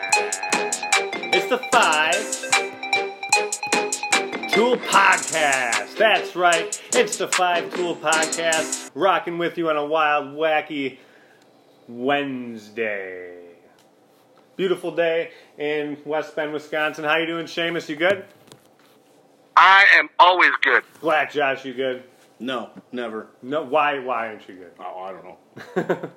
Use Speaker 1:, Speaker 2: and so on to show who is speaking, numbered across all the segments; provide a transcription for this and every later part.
Speaker 1: Yeah. It's the Five Tool Podcast. That's right. It's the Five Tool Podcast, rocking with you on a wild, wacky Wednesday. Beautiful day in West Bend, Wisconsin. How you doing, Seamus? You good?
Speaker 2: I am always good.
Speaker 1: Black Josh, you good?
Speaker 3: No, never.
Speaker 1: No, why? Why aren't you good?
Speaker 3: Oh, I don't know.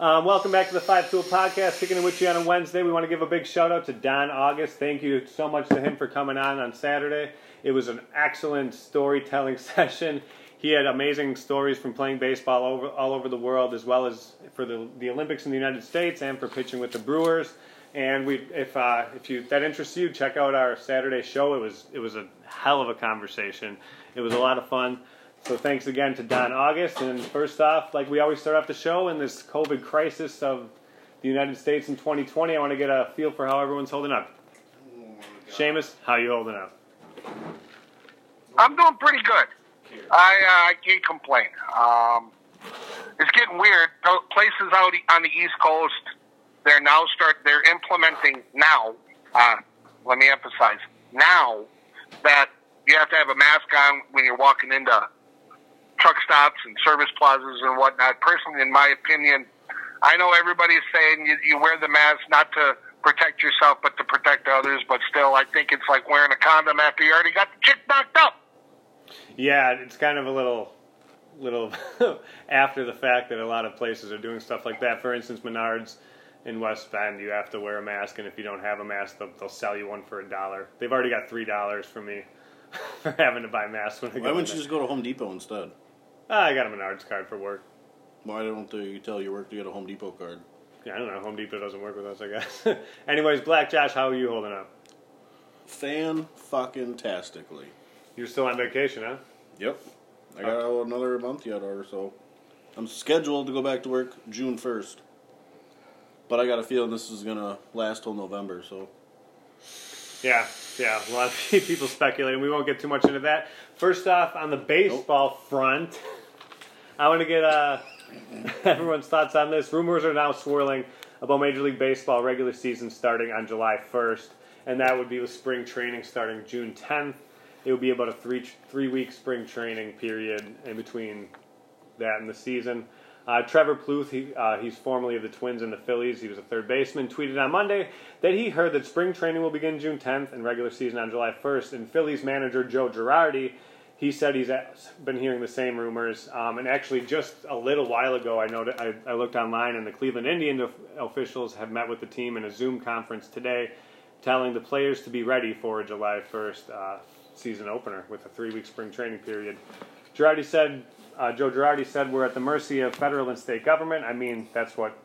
Speaker 1: Um, welcome back to the Five Tool Podcast. Kicking it with you on a Wednesday. We want to give a big shout out to Don August. Thank you so much to him for coming on on Saturday. It was an excellent storytelling session. He had amazing stories from playing baseball all over, all over the world, as well as for the, the Olympics in the United States and for pitching with the Brewers. And we, if uh, if you that interests you, check out our Saturday show. It was it was a hell of a conversation. It was a lot of fun. So thanks again to Don August. And first off, like we always start off the show in this COVID crisis of the United States in 2020, I want to get a feel for how everyone's holding up. Seamus, how you holding up?
Speaker 2: I'm doing pretty good. I uh, I can't complain. Um, it's getting weird. Pl- Places out e- on the East Coast, they're now start they're implementing now. Uh, let me emphasize now that you have to have a mask on when you're walking into truck stops and service plazas and whatnot. Personally, in my opinion, I know everybody's saying you, you wear the mask not to protect yourself but to protect others. But still, I think it's like wearing a condom after you already got the chick knocked up.
Speaker 1: Yeah, it's kind of a little, little after the fact that a lot of places are doing stuff like that. For instance, Menards in West Bend, you have to wear a mask, and if you don't have a mask, they'll, they'll sell you one for a dollar. They've already got three dollars from me for having to buy masks when I
Speaker 3: Why
Speaker 1: go.
Speaker 3: wouldn't
Speaker 1: in
Speaker 3: you
Speaker 1: there.
Speaker 3: just go to Home Depot instead?
Speaker 1: Ah, I got a Menards card for work.
Speaker 3: Why don't they- you tell your work to get a Home Depot card?
Speaker 1: Yeah, I don't know. Home Depot doesn't work with us, I guess. Anyways, Black Josh, how are you holding up?
Speaker 3: Fan fucking tastically.
Speaker 1: You're still on vacation, huh?
Speaker 3: Yep. I got another month yet or so. I'm scheduled to go back to work June 1st. But I got a feeling this is going to last till November, so.
Speaker 1: Yeah, yeah. A lot of people speculating. We won't get too much into that. First off, on the baseball front, I want to get uh, everyone's thoughts on this. Rumors are now swirling about Major League Baseball regular season starting on July 1st, and that would be with spring training starting June 10th. It would be about a three three week spring training period in between that in the season. Uh, Trevor Pluth, he, uh, he's formerly of the Twins and the Phillies. He was a third baseman. Tweeted on Monday that he heard that spring training will begin June 10th and regular season on July 1st. And Phillies manager Joe Girardi, he said he's a- been hearing the same rumors. Um, and actually, just a little while ago, I noted I, I looked online, and the Cleveland Indian of- officials have met with the team in a Zoom conference today, telling the players to be ready for a July 1st uh, season opener with a three-week spring training period. Girardi said, uh, Joe Girardi said, we're at the mercy of federal and state government. I mean, that's what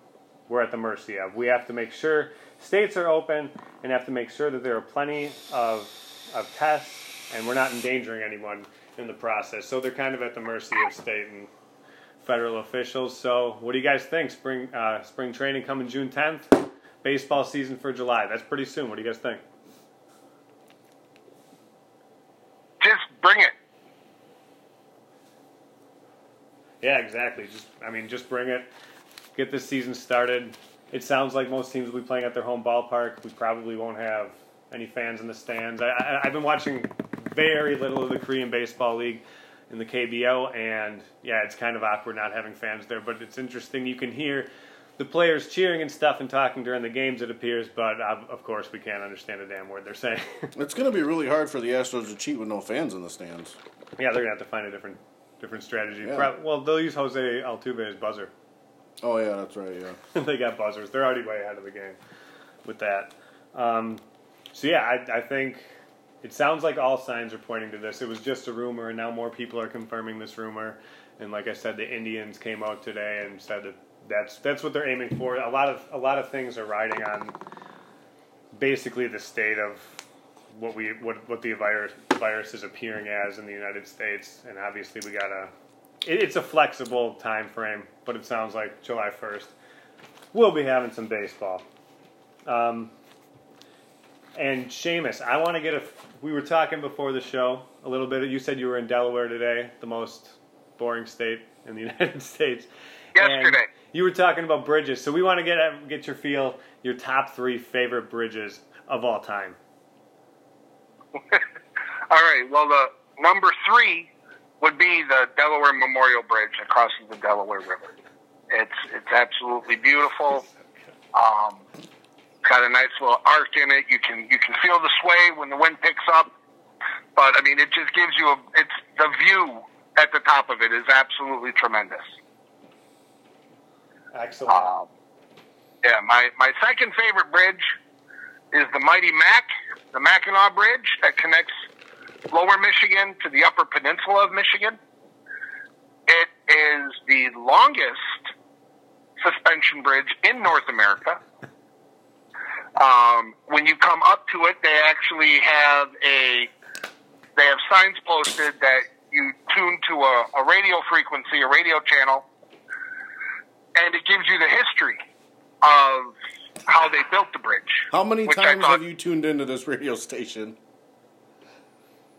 Speaker 1: we're at the mercy of. We have to make sure states are open and have to make sure that there are plenty of, of tests and we're not endangering anyone in the process. So they're kind of at the mercy of state and federal officials. So what do you guys think? Spring, uh, spring training coming June 10th, baseball season for July. That's pretty soon. What do you guys think?
Speaker 2: Just bring it.
Speaker 1: Yeah, exactly. Just I mean, just bring it. Get this season started. It sounds like most teams will be playing at their home ballpark. We probably won't have any fans in the stands. I, I, I've been watching very little of the Korean Baseball League in the KBO, and yeah, it's kind of awkward not having fans there. But it's interesting. You can hear the players cheering and stuff and talking during the games. It appears, but uh, of course, we can't understand a damn word they're saying.
Speaker 3: It's going to be really hard for the Astros to cheat with no fans in the stands.
Speaker 1: yeah, they're gonna have to find a different different strategy.
Speaker 3: Yeah.
Speaker 1: Prob- well, they'll use Jose Altuve as buzzer.
Speaker 3: Oh, yeah, that's right, yeah.
Speaker 1: they got buzzers. They're already way ahead of the game with that. Um, so yeah, I, I think it sounds like all signs are pointing to this. It was just a rumor, and now more people are confirming this rumor. And like I said, the Indians came out today and said that that's that's what they're aiming for. A lot of a lot of things are riding on basically the state of what we what what the virus virus is appearing as in the United States, and obviously we gotta. It, it's a flexible time frame, but it sounds like July first we'll be having some baseball. Um, And Seamus, I want to get a. We were talking before the show a little bit. You said you were in Delaware today, the most boring state in the United States. And
Speaker 2: Yesterday.
Speaker 1: you were talking about bridges, so we want to get get your feel, your top three favorite bridges of all time.
Speaker 2: All right. Well, the number three would be the Delaware Memorial Bridge that crosses the Delaware River. It's it's absolutely beautiful. Um, got a nice little arc in it. You can you can feel the sway when the wind picks up, but I mean it just gives you a. It's the view at the top of it is absolutely tremendous.
Speaker 1: Excellent.
Speaker 2: Um, yeah, my my second favorite bridge is the Mighty Mac, the Mackinac Bridge that connects Lower Michigan to the Upper Peninsula of Michigan. It is the longest suspension bridge in North America. Um, when you come up to it, they actually have a they have signs posted that you tune to a, a radio frequency, a radio channel, and it gives you the history of how they built the bridge.
Speaker 3: How many
Speaker 2: which I
Speaker 3: times
Speaker 2: thought-
Speaker 3: have you tuned into this radio station?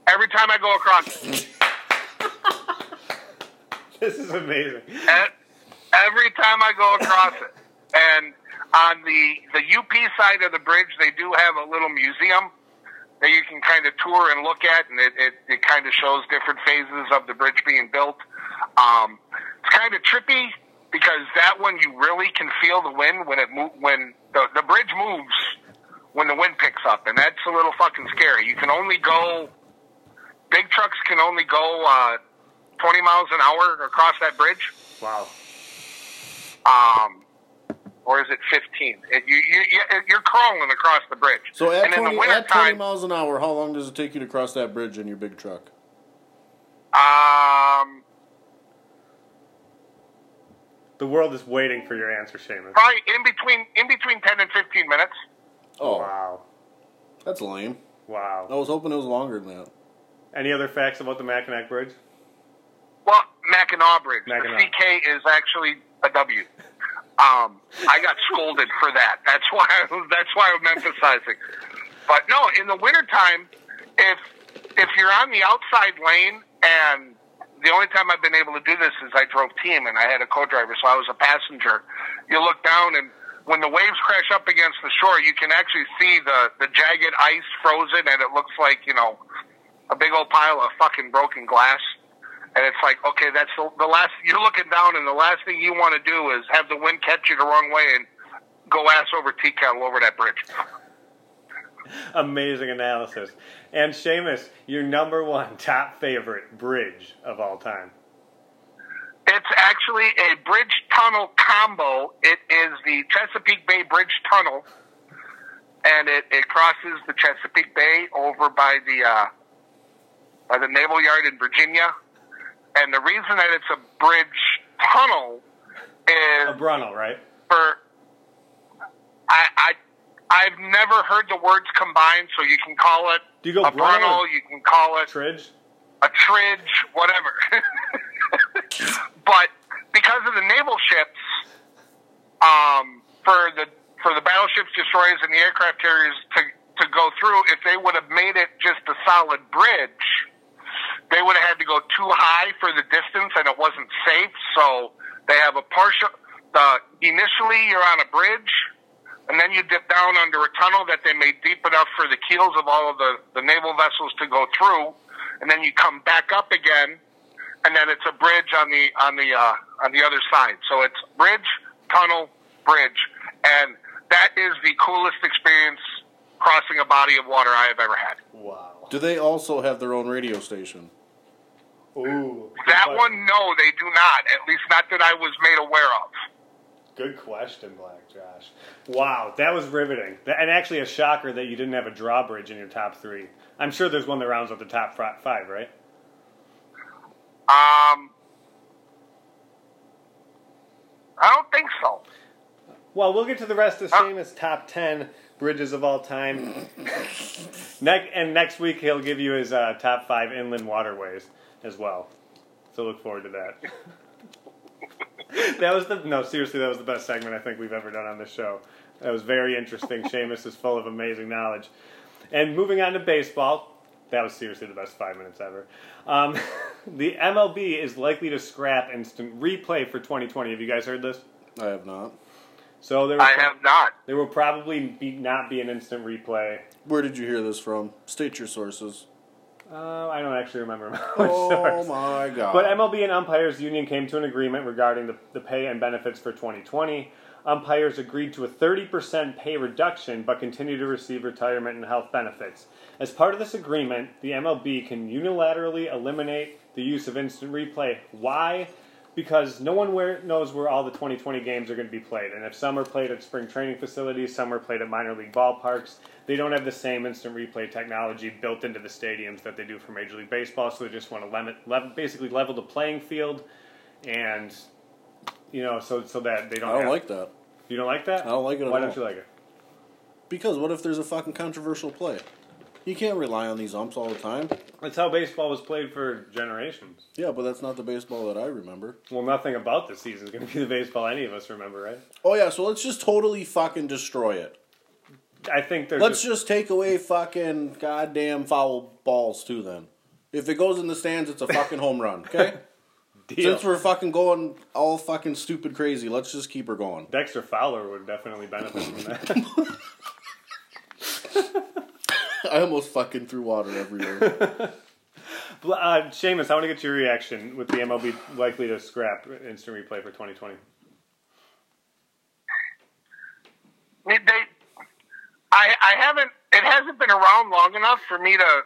Speaker 2: Every time I go across, it.
Speaker 1: this is amazing.
Speaker 2: E- every time I go across it, and on the the UP side of the bridge, they do have a little museum that you can kind of tour and look at, and it it, it kind of shows different phases of the bridge being built. Um, it's kind of trippy because that one you really can feel the wind when it mo- when the, the bridge moves when the wind picks up, and that's a little fucking scary. You can only go. Big trucks can only go uh, 20 miles an hour across that bridge
Speaker 1: Wow.
Speaker 2: um, or is it 15? It, you, you, you- you're crawling across the bridge.
Speaker 3: So at
Speaker 2: and in the
Speaker 3: 20, at 20
Speaker 2: wintertime,
Speaker 3: miles an hour, how long does it take you to cross that bridge in your big truck?
Speaker 2: um,
Speaker 1: The world is waiting for your answer, Seamus.
Speaker 2: probably in between in between 10 and 15 minutes.
Speaker 3: Oh,
Speaker 1: Wow.
Speaker 3: that's lame.
Speaker 1: Wow.
Speaker 3: I was hoping it was longer than that.
Speaker 1: Any other facts about the Mackinac Bridge?
Speaker 2: Well, Mackinac Bridge.
Speaker 1: Mackinac.
Speaker 2: The CK is actually a W. Um, I got scolded for that. That's why. That's why I'm emphasizing. But no, in the wintertime, if if you're on the outside lane, and the only time I've been able to do this is I drove team and I had a co-driver, so I was a passenger. You look down, and when the waves crash up against the shore, you can actually see the the jagged ice frozen, and it looks like you know a big old pile of fucking broken glass. And it's like, okay, that's the, the last, you're looking down, and the last thing you want to do is have the wind catch you the wrong way and go ass over tea kettle over that bridge.
Speaker 1: Amazing analysis. And Seamus, your number one top favorite bridge of all time.
Speaker 2: It's actually a bridge tunnel combo. It is the Chesapeake Bay Bridge Tunnel, and it, it crosses the Chesapeake Bay over by the uh, by the Naval Yard in Virginia. And the reason that it's a bridge tunnel
Speaker 1: A
Speaker 2: is
Speaker 1: Brunel, right?
Speaker 2: for I I I've never heard the words combined, so you can call it
Speaker 1: Do you go
Speaker 2: a
Speaker 1: Brunel or-
Speaker 2: brunnel, you can call it
Speaker 1: Tridge?
Speaker 2: a tridge, whatever. but because of the naval ships, um, for the for the battleships, destroyers, and the aircraft carriers to to go through, if they would have made it just a solid bridge, they would have had to go too high for the distance, and it wasn't safe. So they have a partial. The initially you're on a bridge, and then you dip down under a tunnel that they made deep enough for the keels of all of the, the naval vessels to go through, and then you come back up again, and then it's a bridge on the on the uh, on the other side. So it's bridge, tunnel, bridge, and that is the coolest experience crossing a body of water I have ever had.
Speaker 1: Wow.
Speaker 3: Do they also have their own radio station?
Speaker 1: Ooh. good
Speaker 2: That
Speaker 1: que-
Speaker 2: one, no, they do not. At least not that I was made aware of.
Speaker 1: Good question, Black Josh. Wow, that was riveting. Th- And actually, a shocker that you didn't have a drawbridge in your top three. I'm sure there's one that rounds up the top fri- five, right?
Speaker 2: Um, I don't think so.
Speaker 1: Well, we'll get to the rest
Speaker 2: Ah.
Speaker 1: of Seamus' top 10 bridges of all time. Next, and next week, he'll give you his uh, top five inland waterways as well. So look forward to that. that was the, no, seriously, that was the best segment I think we've ever done on this show. That was very interesting. Seamus is full of amazing knowledge. And moving on to baseball, that was seriously the best five minutes ever. Um, the MLB is likely to scrap instant replay for 2020. Have you guys heard this?
Speaker 3: I have not.
Speaker 1: So there,
Speaker 2: I
Speaker 1: was-
Speaker 2: have not.
Speaker 1: there will probably be, not be an instant replay.
Speaker 3: Where did you hear this from? State your sources.
Speaker 1: Uh, I don't actually remember. my
Speaker 3: Oh
Speaker 1: source.
Speaker 3: my god.
Speaker 1: But MLB and umpires union came to an agreement regarding the, the pay and benefits for 2020. Umpires agreed to a 30% pay reduction but continue to receive retirement and health benefits. As part of this agreement, the MLB can unilaterally eliminate the use of instant replay. Why? Because no one where, knows where all the 2020 games are going to be played. And if some are played at spring training facilities, some are played at minor league ballparks, they don't have the same instant replay technology built into the stadiums that they do for Major League Baseball. So they just want to limit, lev- basically level the playing field, and you know, so so that they don't.
Speaker 3: I don't
Speaker 1: have-
Speaker 3: like that.
Speaker 1: You don't like that.
Speaker 3: I don't like it at
Speaker 1: Why don't
Speaker 3: all.
Speaker 1: you like it?
Speaker 3: Because what if there's a fucking controversial play? You can't rely on these umps all the time.
Speaker 1: That's how baseball was played for generations.
Speaker 3: Yeah, but that's not the baseball that I remember.
Speaker 1: Well, nothing about this season is going to be the baseball any of us remember, right?
Speaker 3: Oh yeah, so let's just totally fucking destroy it.
Speaker 1: I think there's.
Speaker 3: Let's just take away fucking goddamn foul balls too then. If it goes in the stands, it's a fucking home run, okay?
Speaker 1: deal.
Speaker 3: Since we're fucking going all fucking stupid crazy, let's just keep her going.
Speaker 1: Dexter Fowler would definitely benefit from that.
Speaker 3: I almost fucking threw water everywhere.
Speaker 1: uh, Seamus, I want to get your reaction with the MLB likely to scrap instant replay for 2020.
Speaker 2: I mean, They, I, I haven't. It hasn't been around long enough for me to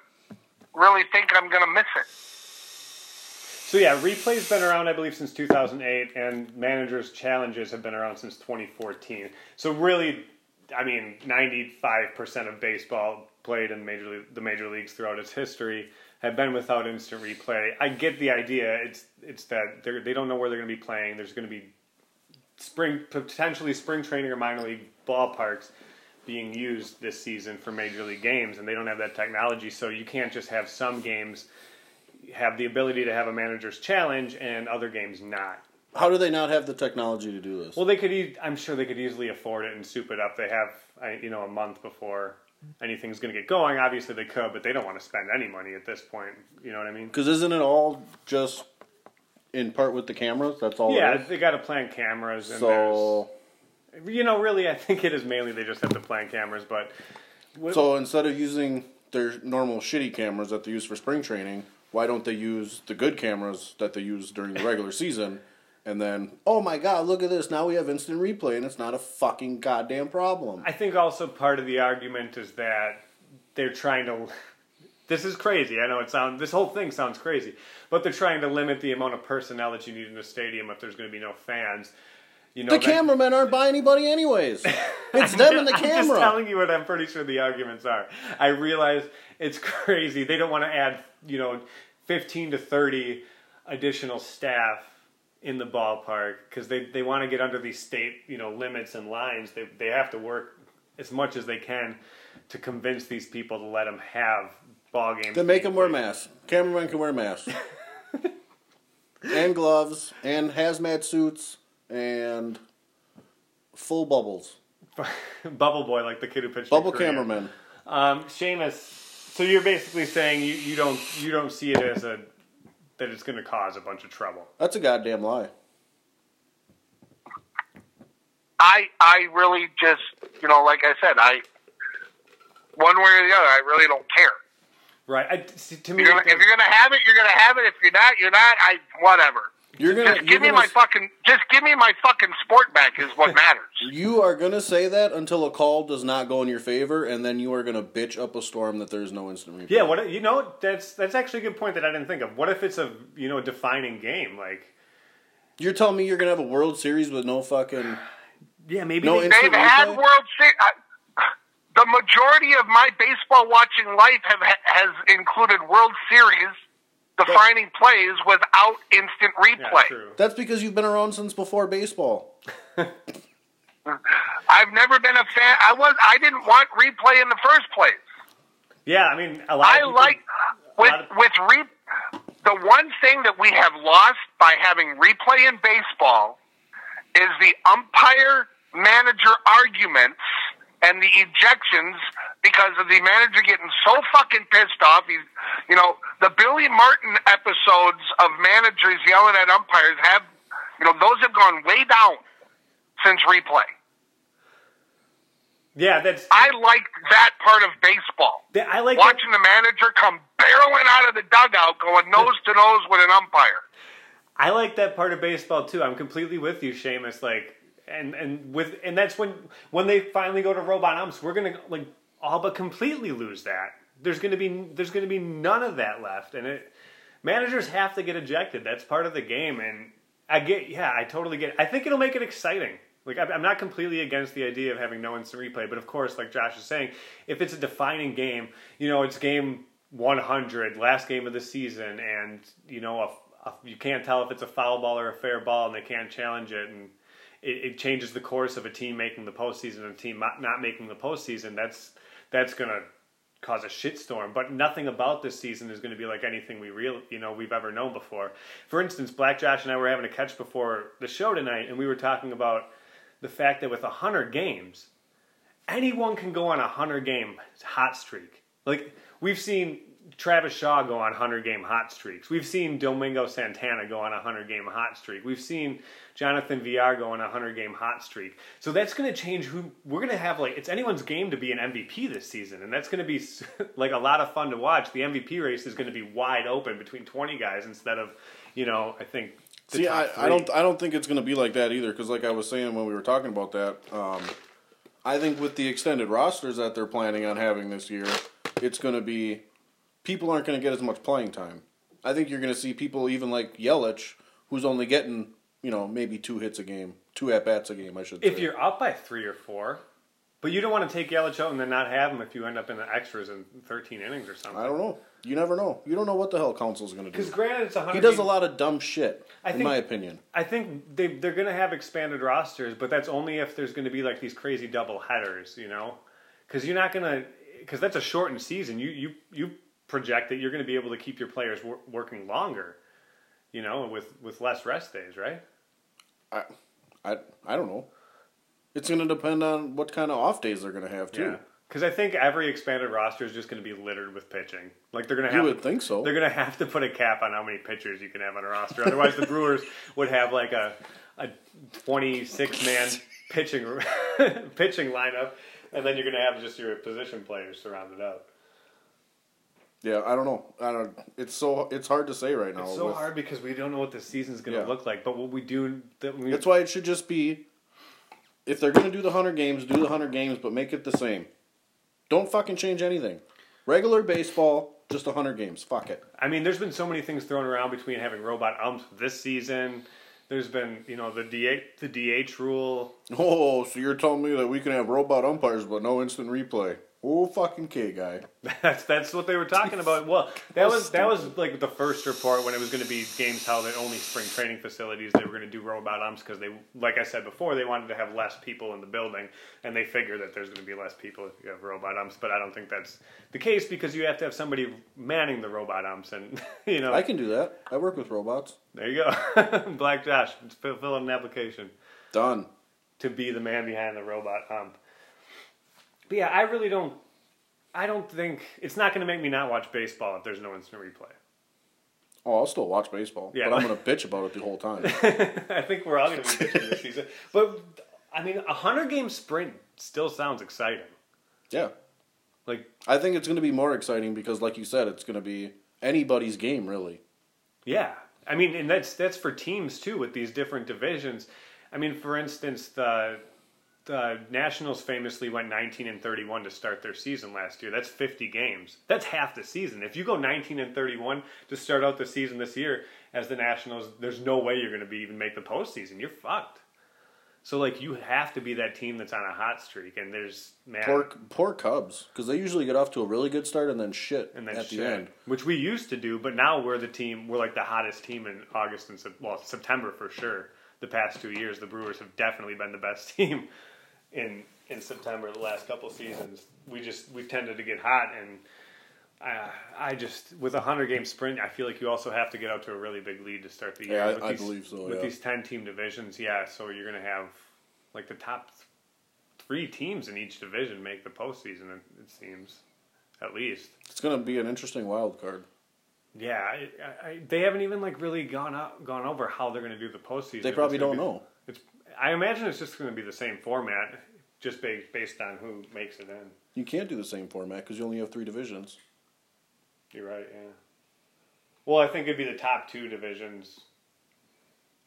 Speaker 2: really think I'm going to miss it.
Speaker 1: So yeah, replay's been around, I believe, since 2008, and managers' challenges have been around since 2014. So really, I mean, 95% of baseball played in major le- the major leagues throughout its history have been without instant replay. I get the idea. It's it's that they're, they don't know where they're going to be playing. There's going to be spring potentially spring training or minor league ballparks being used this season for major league games, and they don't have that technology. So you can't just have some games have the ability to have a manager's challenge and other games not.
Speaker 3: How do they not have the technology to do this?
Speaker 1: Well, they could. E- I'm sure they could easily afford it and soup it up. They have, I- you know, a month before anything's going to get going. Obviously, they could, but they don't want to spend any money at this point. You know what I mean?
Speaker 3: Because isn't it all just in part with the cameras? That's all.
Speaker 1: Yeah,
Speaker 3: It is?
Speaker 1: they got to plan cameras. And
Speaker 3: So,
Speaker 1: there's- you know, really, I think it is mainly they just have to plan cameras. But
Speaker 3: so instead of using their normal shitty cameras that they use for spring training, why don't they use the good cameras that they use during the regular season? And then, oh my god, look at this! Now we have instant replay, and it's not a fucking goddamn problem.
Speaker 1: I think also part of the argument is that they're trying to. This is crazy. I know it sounds. This whole thing sounds crazy, but they're trying to limit the amount of personnel that you need in a stadium if there's going to be no fans. You know,
Speaker 3: the
Speaker 1: that-
Speaker 3: cameramen aren't by anybody, anyways. It's them and the
Speaker 1: I'm just
Speaker 3: camera.
Speaker 1: telling you what I'm pretty sure the arguments are. I realize it's crazy. They don't want to add, you know, 15 to 30 additional staff in the ballpark because they, they want to get under these state, you know, limits and lines. They, they have to work as much as they can to convince these people to let them have ball games.
Speaker 3: Then make
Speaker 1: being
Speaker 3: them wear
Speaker 1: played.
Speaker 3: masks. Cameramen can wear masks. and gloves, and hazmat suits, and full bubbles.
Speaker 1: Bubble boy, like the kid who pitched. in
Speaker 3: Bubble
Speaker 1: Korea.
Speaker 3: cameramen.
Speaker 1: Um, Seamus, so you're basically saying you, you don't you don't see it as a that it's going to cause a bunch of trouble.
Speaker 3: That's a goddamn lie.
Speaker 2: I I really just you know like I said I one way or the other I really don't care.
Speaker 1: Right. I, see, to me,
Speaker 2: You're gonna,
Speaker 1: it
Speaker 2: if you're gonna have it, you're gonna have it. If you're not, you're not. I whatever.
Speaker 3: You're gonna,
Speaker 2: Just
Speaker 3: you're
Speaker 2: give me
Speaker 3: gonna-
Speaker 2: my fucking. Just give me my fucking sport back is what matters.
Speaker 3: You are gonna say that until a call does not go in your favor, and then you are gonna bitch up a storm that there is no instant replay.
Speaker 1: yeah. What you know? That's that's actually a good point that I didn't think of. What if it's a you know defining game? Like
Speaker 3: You're telling me you're gonna have a World Series with no fucking.
Speaker 1: yeah, maybe
Speaker 3: No,
Speaker 1: they-
Speaker 3: it's-
Speaker 2: They've had
Speaker 3: replay?
Speaker 2: World Series. The majority of my baseball watching life have, has included World Series defining plays without instant
Speaker 1: yeah,
Speaker 2: replay.
Speaker 1: true.
Speaker 3: That's because you've been around since before baseball.
Speaker 2: I've never been a fan. I was. I didn't want replay in the first place.
Speaker 1: Yeah, I mean, a lot. of
Speaker 2: I
Speaker 1: people-
Speaker 2: like with
Speaker 1: lot of-
Speaker 2: with re. The one thing that we have lost by having replay in baseball is the umpire manager arguments and the ejections because of the manager getting so fucking pissed off. He's, you know, the Billy Martin episodes of managers yelling at umpires have, you know, those have gone way down since replay.
Speaker 1: Yeah, that's.
Speaker 2: I liked that part of baseball.
Speaker 1: that- I like that-
Speaker 2: Watching the manager come barreling out of the dugout, going nose to nose with an umpire.
Speaker 1: I like that part of baseball too. I'm completely with you, Seamus. Like, and and with and that's when when they finally go to robot umps, we're gonna like all but completely lose that. There's gonna be there's gonna be none of that left, and it managers have to get ejected. That's part of the game, and I get yeah, I totally get. It. I think it'll make it exciting. Like I'm I'm not completely against the idea of having no instant replay, but of course, like Josh is saying, if it's a defining game, you know, it's game 100, last game of the season, and you know, a, a, you can't tell if it's a foul ball or a fair ball, and they can't challenge it, and it, it changes the course of a team making the postseason and a team not, not making the postseason. That's that's gonna cause a shitstorm. But nothing about this season is gonna be like anything we real you know we've ever known before. For instance, Black Josh and I were having a catch before the show tonight, and we were talking about the fact that with hundred games, anyone can go on a hundred game hot streak. Like we've seen Travis Shaw go on hundred game hot streaks. We've seen Domingo Santana go on a hundred game hot streak. We've seen Jonathan VR go on a hundred game hot streak. So that's going to change who we're going to have. Like it's anyone's game to be an MVP this season, and that's going to be s- like a lot of fun to watch. The MVP race is going to be wide open between twenty guys instead of you know I think. the
Speaker 3: See,
Speaker 1: top
Speaker 3: I, I
Speaker 1: three.
Speaker 3: don't I don't think it's going to be like that either. Because like I was saying when we were talking about that, um, I think with the extended rosters that they're planning on having this year, it's going to be people aren't going to get as much playing time. I think you're going to see people even like Yelich, who's only getting you know maybe two hits a game, two at bats a game. I should.
Speaker 1: If
Speaker 3: say.
Speaker 1: you're up by three or four, but you don't want to take Yelich out and then not have him if you end up in the extras in 13 innings or something.
Speaker 3: I don't know. You never know. You don't know what the hell council's going to
Speaker 1: Because
Speaker 3: do.
Speaker 1: granted, it's a 100.
Speaker 3: He does a lot of dumb shit,
Speaker 1: I
Speaker 3: in
Speaker 1: think-
Speaker 3: my opinion.
Speaker 1: I think they, they're going to have expanded rosters, but that's only if there's going to be like these crazy double headers, you know? Because you're not going to, because that's a shortened season. You you you project that you're going to be able to keep your players wor- working longer, you know, with with less rest days, right?
Speaker 3: I, I, I don't know. It's going to depend on what kind of off days they're going to have too.
Speaker 1: Because I think every expanded roster is just going to be littered with pitching. Like they're going to
Speaker 3: You
Speaker 1: have
Speaker 3: would think so.
Speaker 1: They're going to have to put a cap on how many pitchers you can have on a roster. Otherwise, the Brewers would have like a a 26 man pitching pitching lineup, and then you're going to have just your position players surrounded up.
Speaker 3: Yeah, I don't know. I don't. It's so it's hard to say right now.
Speaker 1: It's so
Speaker 3: with-
Speaker 1: hard because we don't know what the season's going to
Speaker 3: Yeah.
Speaker 1: look like. But what we do, that we,
Speaker 3: That's why it should just be, if they're gonna do the hundred games, do the hundred games, but make it the same. Don't fucking change anything. Regular baseball, just hundred games. Fuck it.
Speaker 1: I mean, there's been so many things thrown around between having robot umps this season. There's been, you know, the DH, the DH rule.
Speaker 3: Oh, so you're telling me that we can have robot umpires but no instant replay? Oh, fucking K guy.
Speaker 1: That's that's what they were talking about. Well, that was that was like the first report when it was going to be games held at only spring training facilities. They were going to do robot umps because they, like I said before, they wanted to have less people in the building, and they figure that there's going to be less people if you have robot umps. But I don't think that's the case because you have to have somebody manning the robot umps, and you know,
Speaker 3: I can do that. I work with robots.
Speaker 1: there you go, Black Josh, fill, fill out an application
Speaker 3: Done.
Speaker 1: to be the man behind the robot ump. But yeah, I really don't. I don't think it's not going to make me not watch baseball if there's no instant replay.
Speaker 3: Oh, I'll still watch baseball,
Speaker 1: Yeah.
Speaker 3: but I'm gonna bitch about it the whole time.
Speaker 1: I think we're all going to be pitching this season. But I mean, a hundred game sprint still sounds exciting.
Speaker 3: yeah.
Speaker 1: Like,
Speaker 3: I think it's going to be more exciting because, like you said, it's going to be anybody's game, really.
Speaker 1: yeah, I mean, and that's that's for teams too with these different divisions. I mean, for instance, the the Nationals famously went 19 and 31 to start their season last year. That's 50 games. That's half the season. If you go 19 and 31 to start out the season this year as the Nationals, there's no way you're going to be even make the postseason. You're fucked. So like you have to be that team that's on a hot streak, and there's man,
Speaker 3: Poor, poor Cubs, because they usually get off to a really good start and then shit
Speaker 1: and then
Speaker 3: at
Speaker 1: shit,
Speaker 3: the end.
Speaker 1: which we used to do, but now we're the team. We're like the hottest team in August and Sep- well September for sure. The past two years, the Brewers have definitely been the best team in in September. The last couple seasons, we just we've tended to get hot, and I I just with a hundred game sprint, I feel like you also have to get out to a really big lead to start the year.
Speaker 3: Yeah, I-
Speaker 1: with
Speaker 3: I
Speaker 1: these,
Speaker 3: believe so,
Speaker 1: With
Speaker 3: yeah.
Speaker 1: these ten team divisions, yeah, so you're gonna have like the top three teams in each division make the postseason. It, it seems, at least.
Speaker 3: It's going to be an interesting wild card.
Speaker 1: Yeah, I, I- I, they haven't even like really gone up, gone over how they're going to do the postseason.
Speaker 3: They probably
Speaker 1: It's gonna
Speaker 3: don't
Speaker 1: be-
Speaker 3: know.
Speaker 1: It's, I imagine it's just going to be the same format, just based based on who makes it in.
Speaker 3: You can't do the same format because you only have three divisions.
Speaker 1: You're right. Yeah. Well, I think it'd be the top two divisions,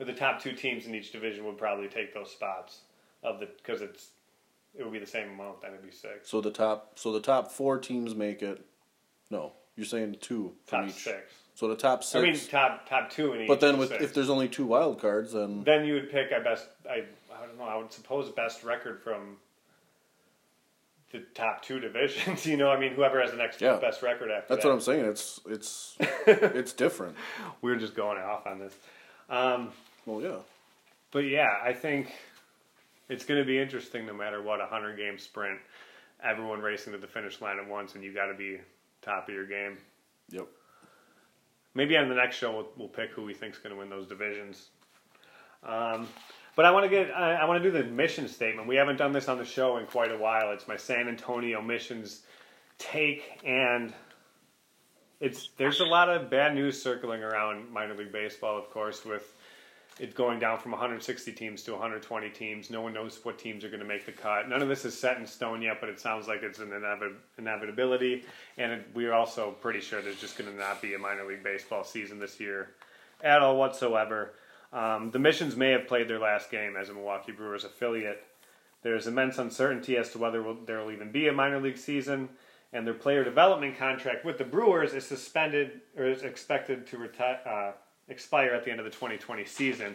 Speaker 1: or the top two teams in each division would probably take those spots of the because it's it would be the same amount. Then it'd be six.
Speaker 3: So the top, so the top four teams make it. No, you're saying two from
Speaker 1: Top
Speaker 3: each.
Speaker 1: six.
Speaker 3: So the top six.
Speaker 1: I mean, top top two in each.
Speaker 3: but then,
Speaker 1: is
Speaker 3: with
Speaker 1: six.
Speaker 3: if there's only two wild cards, then
Speaker 1: then you would pick. I best. I I don't know. I would suppose best record from the top two divisions. You know, I mean, whoever has the next
Speaker 3: Yeah.
Speaker 1: best record after
Speaker 3: that's
Speaker 1: that.
Speaker 3: what I'm saying. It's it's it's different.
Speaker 1: We're just going off on this. Um,
Speaker 3: Well, yeah.
Speaker 1: But yeah, I think it's going to be interesting no matter what. A hundred game sprint, everyone racing to the finish line at once, and you got to be top of your game.
Speaker 3: Yep.
Speaker 1: Maybe on the next show we'll, we'll pick who we think's going to win those divisions. Um, but I want to get I, I want to do the mission statement. We haven't done this on the show in quite a while. It's my San Antonio missions take, and it's there's a lot of bad news circling around minor league baseball, of course, with it going down from 160 teams to 120 teams. No one knows what teams are going to make the cut. None of this is set in stone yet, but it sounds like it's an inevi- inevitability. And it, we're also pretty sure there's just going to not be a minor league baseball season this year at all whatsoever. Um, the Missions may have played their last game as a Milwaukee Brewers affiliate. There's immense uncertainty as to whether will- there will even be a minor league season, and their player development contract with the Brewers is suspended or is expected to retire, uh, expire at the end of the 2020 season,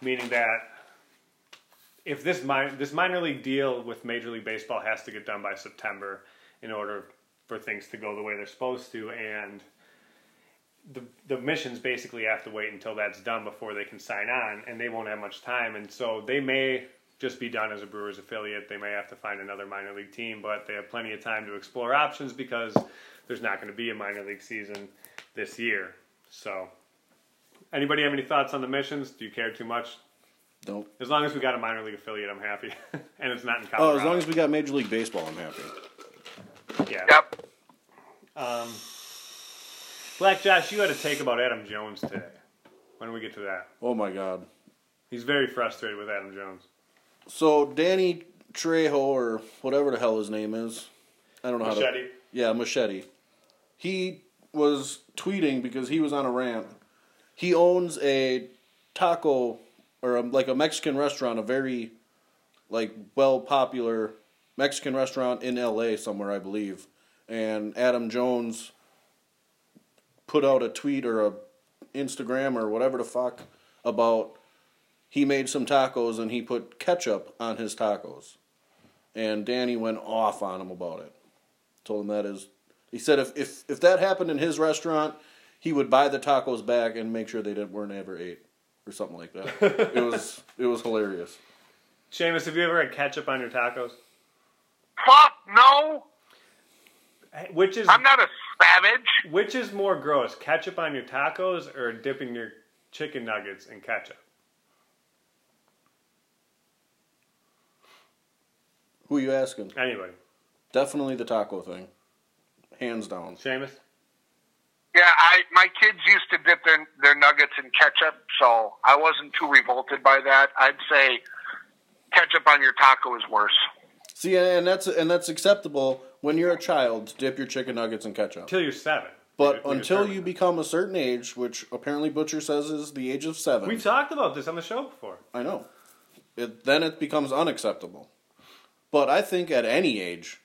Speaker 1: meaning that if this minor, this minor league deal with Major League Baseball has to get done by September in order for things to go the way they're supposed to, and the the missions basically have to wait until that's done before they can sign on, and they won't have much time, and so they may just be done as a Brewers affiliate. They may have to find another minor league team, but they have plenty of time to explore options because there's not going to be a minor league season this year. So, anybody have any thoughts on the missions? Do you care too much?
Speaker 3: Nope.
Speaker 1: As long as we got a minor league affiliate, I'm happy, and it's not in Colorado.
Speaker 3: Oh, as long as we got Major League Baseball, I'm happy.
Speaker 1: yeah.
Speaker 2: Yep.
Speaker 1: Um, Black Josh, you had a take about Adam Jones today. When do we get to that?
Speaker 3: Oh my God.
Speaker 1: He's very frustrated with Adam Jones.
Speaker 3: So Danny Trejo or whatever the hell his name is, I don't know how to.
Speaker 1: Machete.
Speaker 3: Yeah, Machete. He was tweeting because he was on a rant. He owns a taco or um like a Mexican restaurant, a very like well popular Mexican restaurant in L.A. somewhere, I believe. And Adam Jones put out a tweet or a Instagram or whatever the fuck about he made some tacos and he put ketchup on his tacos. And Danny went off on him about it. Told him that is he said if if, if that happened in his restaurant, he would buy the tacos back and make sure they didn't weren't ever ate or something like that. it was it was hilarious.
Speaker 1: Seamus, have you ever had ketchup on your tacos?
Speaker 2: Fuck no.
Speaker 1: Which is
Speaker 2: I'm not a savage.
Speaker 1: which is more gross, ketchup on your tacos or dipping your chicken nuggets in ketchup?
Speaker 3: Who you asking?
Speaker 1: Anybody,
Speaker 3: Definitely the taco thing. Hands down.
Speaker 1: Seamus?
Speaker 2: Yeah, I my kids used to dip their their nuggets in ketchup, so I wasn't too revolted by that. I'd say ketchup on your taco is worse.
Speaker 3: See and that's and that's acceptable when you're a child to dip your chicken nuggets in ketchup.
Speaker 1: Till you're seven.
Speaker 3: But
Speaker 1: We- we
Speaker 3: until
Speaker 1: determined
Speaker 3: you
Speaker 1: that.
Speaker 3: become a certain age, which apparently Butcher says is the age of seven,
Speaker 1: we talked about this on the show before.
Speaker 3: I know. It, then it becomes unacceptable. But I think at any age,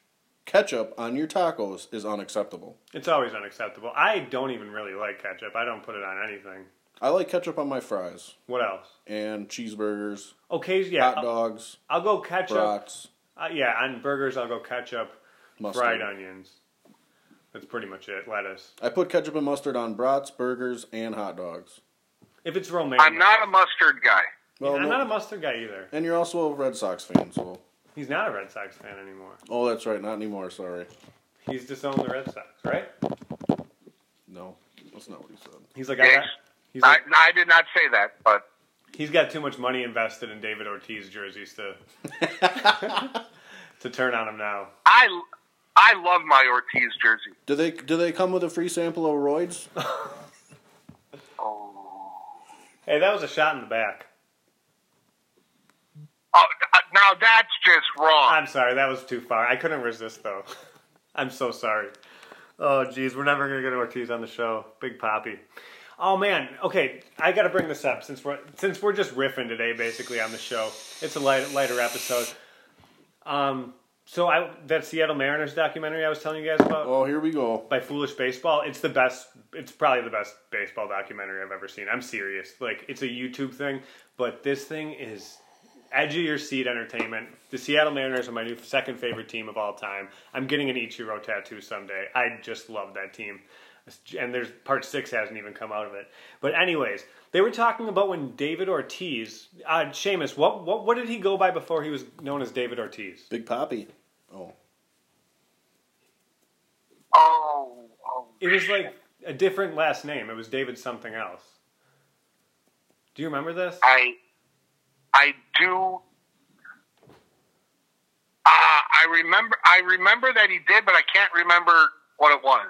Speaker 3: ketchup on your tacos is unacceptable.
Speaker 1: It's always unacceptable. I don't even really like ketchup. I don't put it on anything.
Speaker 3: I like ketchup on my fries
Speaker 1: What else?
Speaker 3: and cheeseburgers,
Speaker 1: Okay, yeah,
Speaker 3: hot
Speaker 1: I'll,
Speaker 3: dogs,
Speaker 1: I'll go ketchup.
Speaker 3: brats,
Speaker 1: Uh, yeah, on burgers I'll go ketchup,
Speaker 3: mustard.
Speaker 1: fried onions. That's pretty much it. Lettuce.
Speaker 3: I put ketchup and mustard on brats, burgers, and hot dogs.
Speaker 1: If it's romaine,
Speaker 2: I'm not a mustard guy.
Speaker 3: Well,
Speaker 1: I'm
Speaker 3: no-
Speaker 1: not a mustard guy either.
Speaker 3: and you're also a Red Sox fan, so.
Speaker 1: He's not a Red Sox fan anymore.
Speaker 3: Oh, that's right, not anymore, sorry.
Speaker 1: He's disowned the Red Sox, right?
Speaker 3: No, that's not what he said.
Speaker 1: He's like, I
Speaker 2: Yes.
Speaker 1: got, he's
Speaker 2: I,
Speaker 1: like,
Speaker 2: I did not say that, but
Speaker 1: he's got too much money invested in David Ortiz jerseys to to turn on him now.
Speaker 2: I, I love my Ortiz jersey.
Speaker 3: Do they do they come with a free sample of roids?
Speaker 1: Hey, that was a shot in the back.
Speaker 2: Oh, uh, now that's just wrong.
Speaker 1: I'm sorry, that was too far. I couldn't resist though. I'm so sorry. Oh geez, we're never gonna get Ortiz on the show. Big Poppy. Oh man, okay, I gotta bring this up since we're since we're just riffing today basically on the show. It's a light, lighter episode. Um, so I that Seattle Mariners documentary I was telling you guys about
Speaker 3: Oh, here we go.
Speaker 1: by Foolish Baseball. It's the best. It's probably the best baseball documentary I've ever seen. I'm serious. Like it's a YouTube thing, but this thing is edge of your seat entertainment. The Seattle Mariners are my new second favorite team of all time. I'm getting an Ichiro tattoo someday. I just love that team. And there's part six hasn't even come out of it. But anyways, they were talking about when David Ortiz, uh, Seamus. What what what did he go by before he was known as David Ortiz?
Speaker 3: Big Poppy. Oh.
Speaker 2: oh, oh,
Speaker 1: It was like a different last name. It was David something else. Do you remember this?
Speaker 2: I, I do. Uh, I remember. I remember that he did, but I can't remember what it was.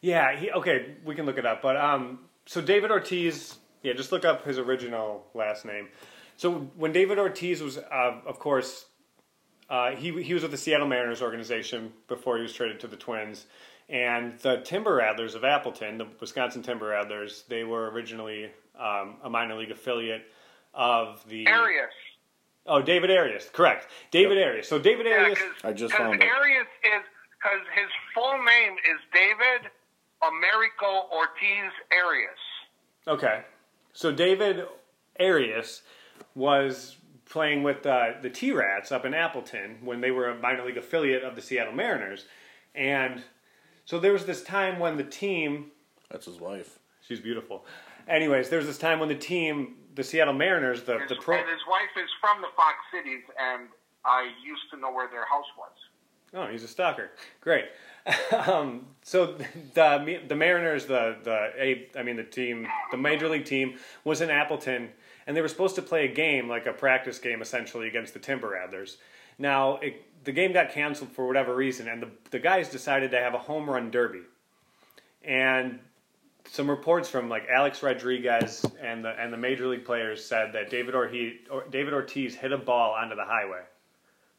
Speaker 1: Yeah. He, okay, we can look it up. But um, so David Ortiz. Yeah, just look up his original last name. So when David Ortiz was, uh, of course, Uh, he he was with the Seattle Mariners organization before he was traded to the Twins, and the Timber Rattlers of Appleton, the Wisconsin Timber Rattlers, they were originally um, a minor league affiliate of the
Speaker 2: Arias.
Speaker 1: Oh, David Arias, correct. David Arias. So David Arias.
Speaker 3: I just
Speaker 2: because
Speaker 3: found it.
Speaker 2: Arias is because his full name is David Americo Ortiz Arias.
Speaker 1: Okay. So David Arias was playing with uh, the T Rats up in Appleton when they were a minor league affiliate of the Seattle Mariners. And so there was this time when the team,
Speaker 3: That's his wife.
Speaker 1: she's beautiful. Anyways, there was this time when the team, the Seattle Mariners, the,
Speaker 2: His,
Speaker 1: the pro.
Speaker 2: and his wife is from the Fox Cities, and I used to know where their house was.
Speaker 1: Oh, he's a stalker. Great. um, so the the Mariners, the the a, I mean the team, the major league team was in Appleton, and they were supposed to play a game, like a practice game, essentially against the Timber Rattlers. Now it, the game got canceled for whatever reason, and the the guys decided to have a home run derby, and some reports from like Alex Rodriguez and the and the major league players said that David Orhe, or David Ortiz hit a ball onto the highway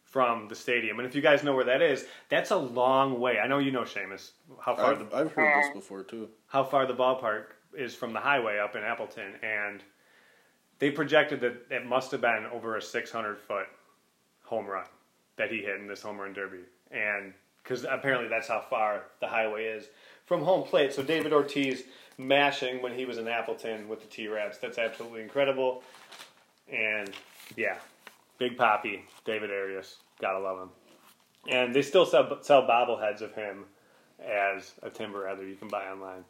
Speaker 1: from the stadium. And if you guys know where that is, that's a long way. I know you know Seamus how far the
Speaker 3: I've, I've heard this before too.
Speaker 1: how far the ballpark is from the highway up in Appleton, and they projected that it must have been over a 600 foot home run that he hit in this home run derby, and because apparently that's how far the highway is from home plate. So David Ortiz mashing when he was in Appleton with the T Rats. That's absolutely incredible, and yeah, Big Poppy, David Arias, gotta love him. And they still sell sell bobbleheads of him as a timber rather you can buy online.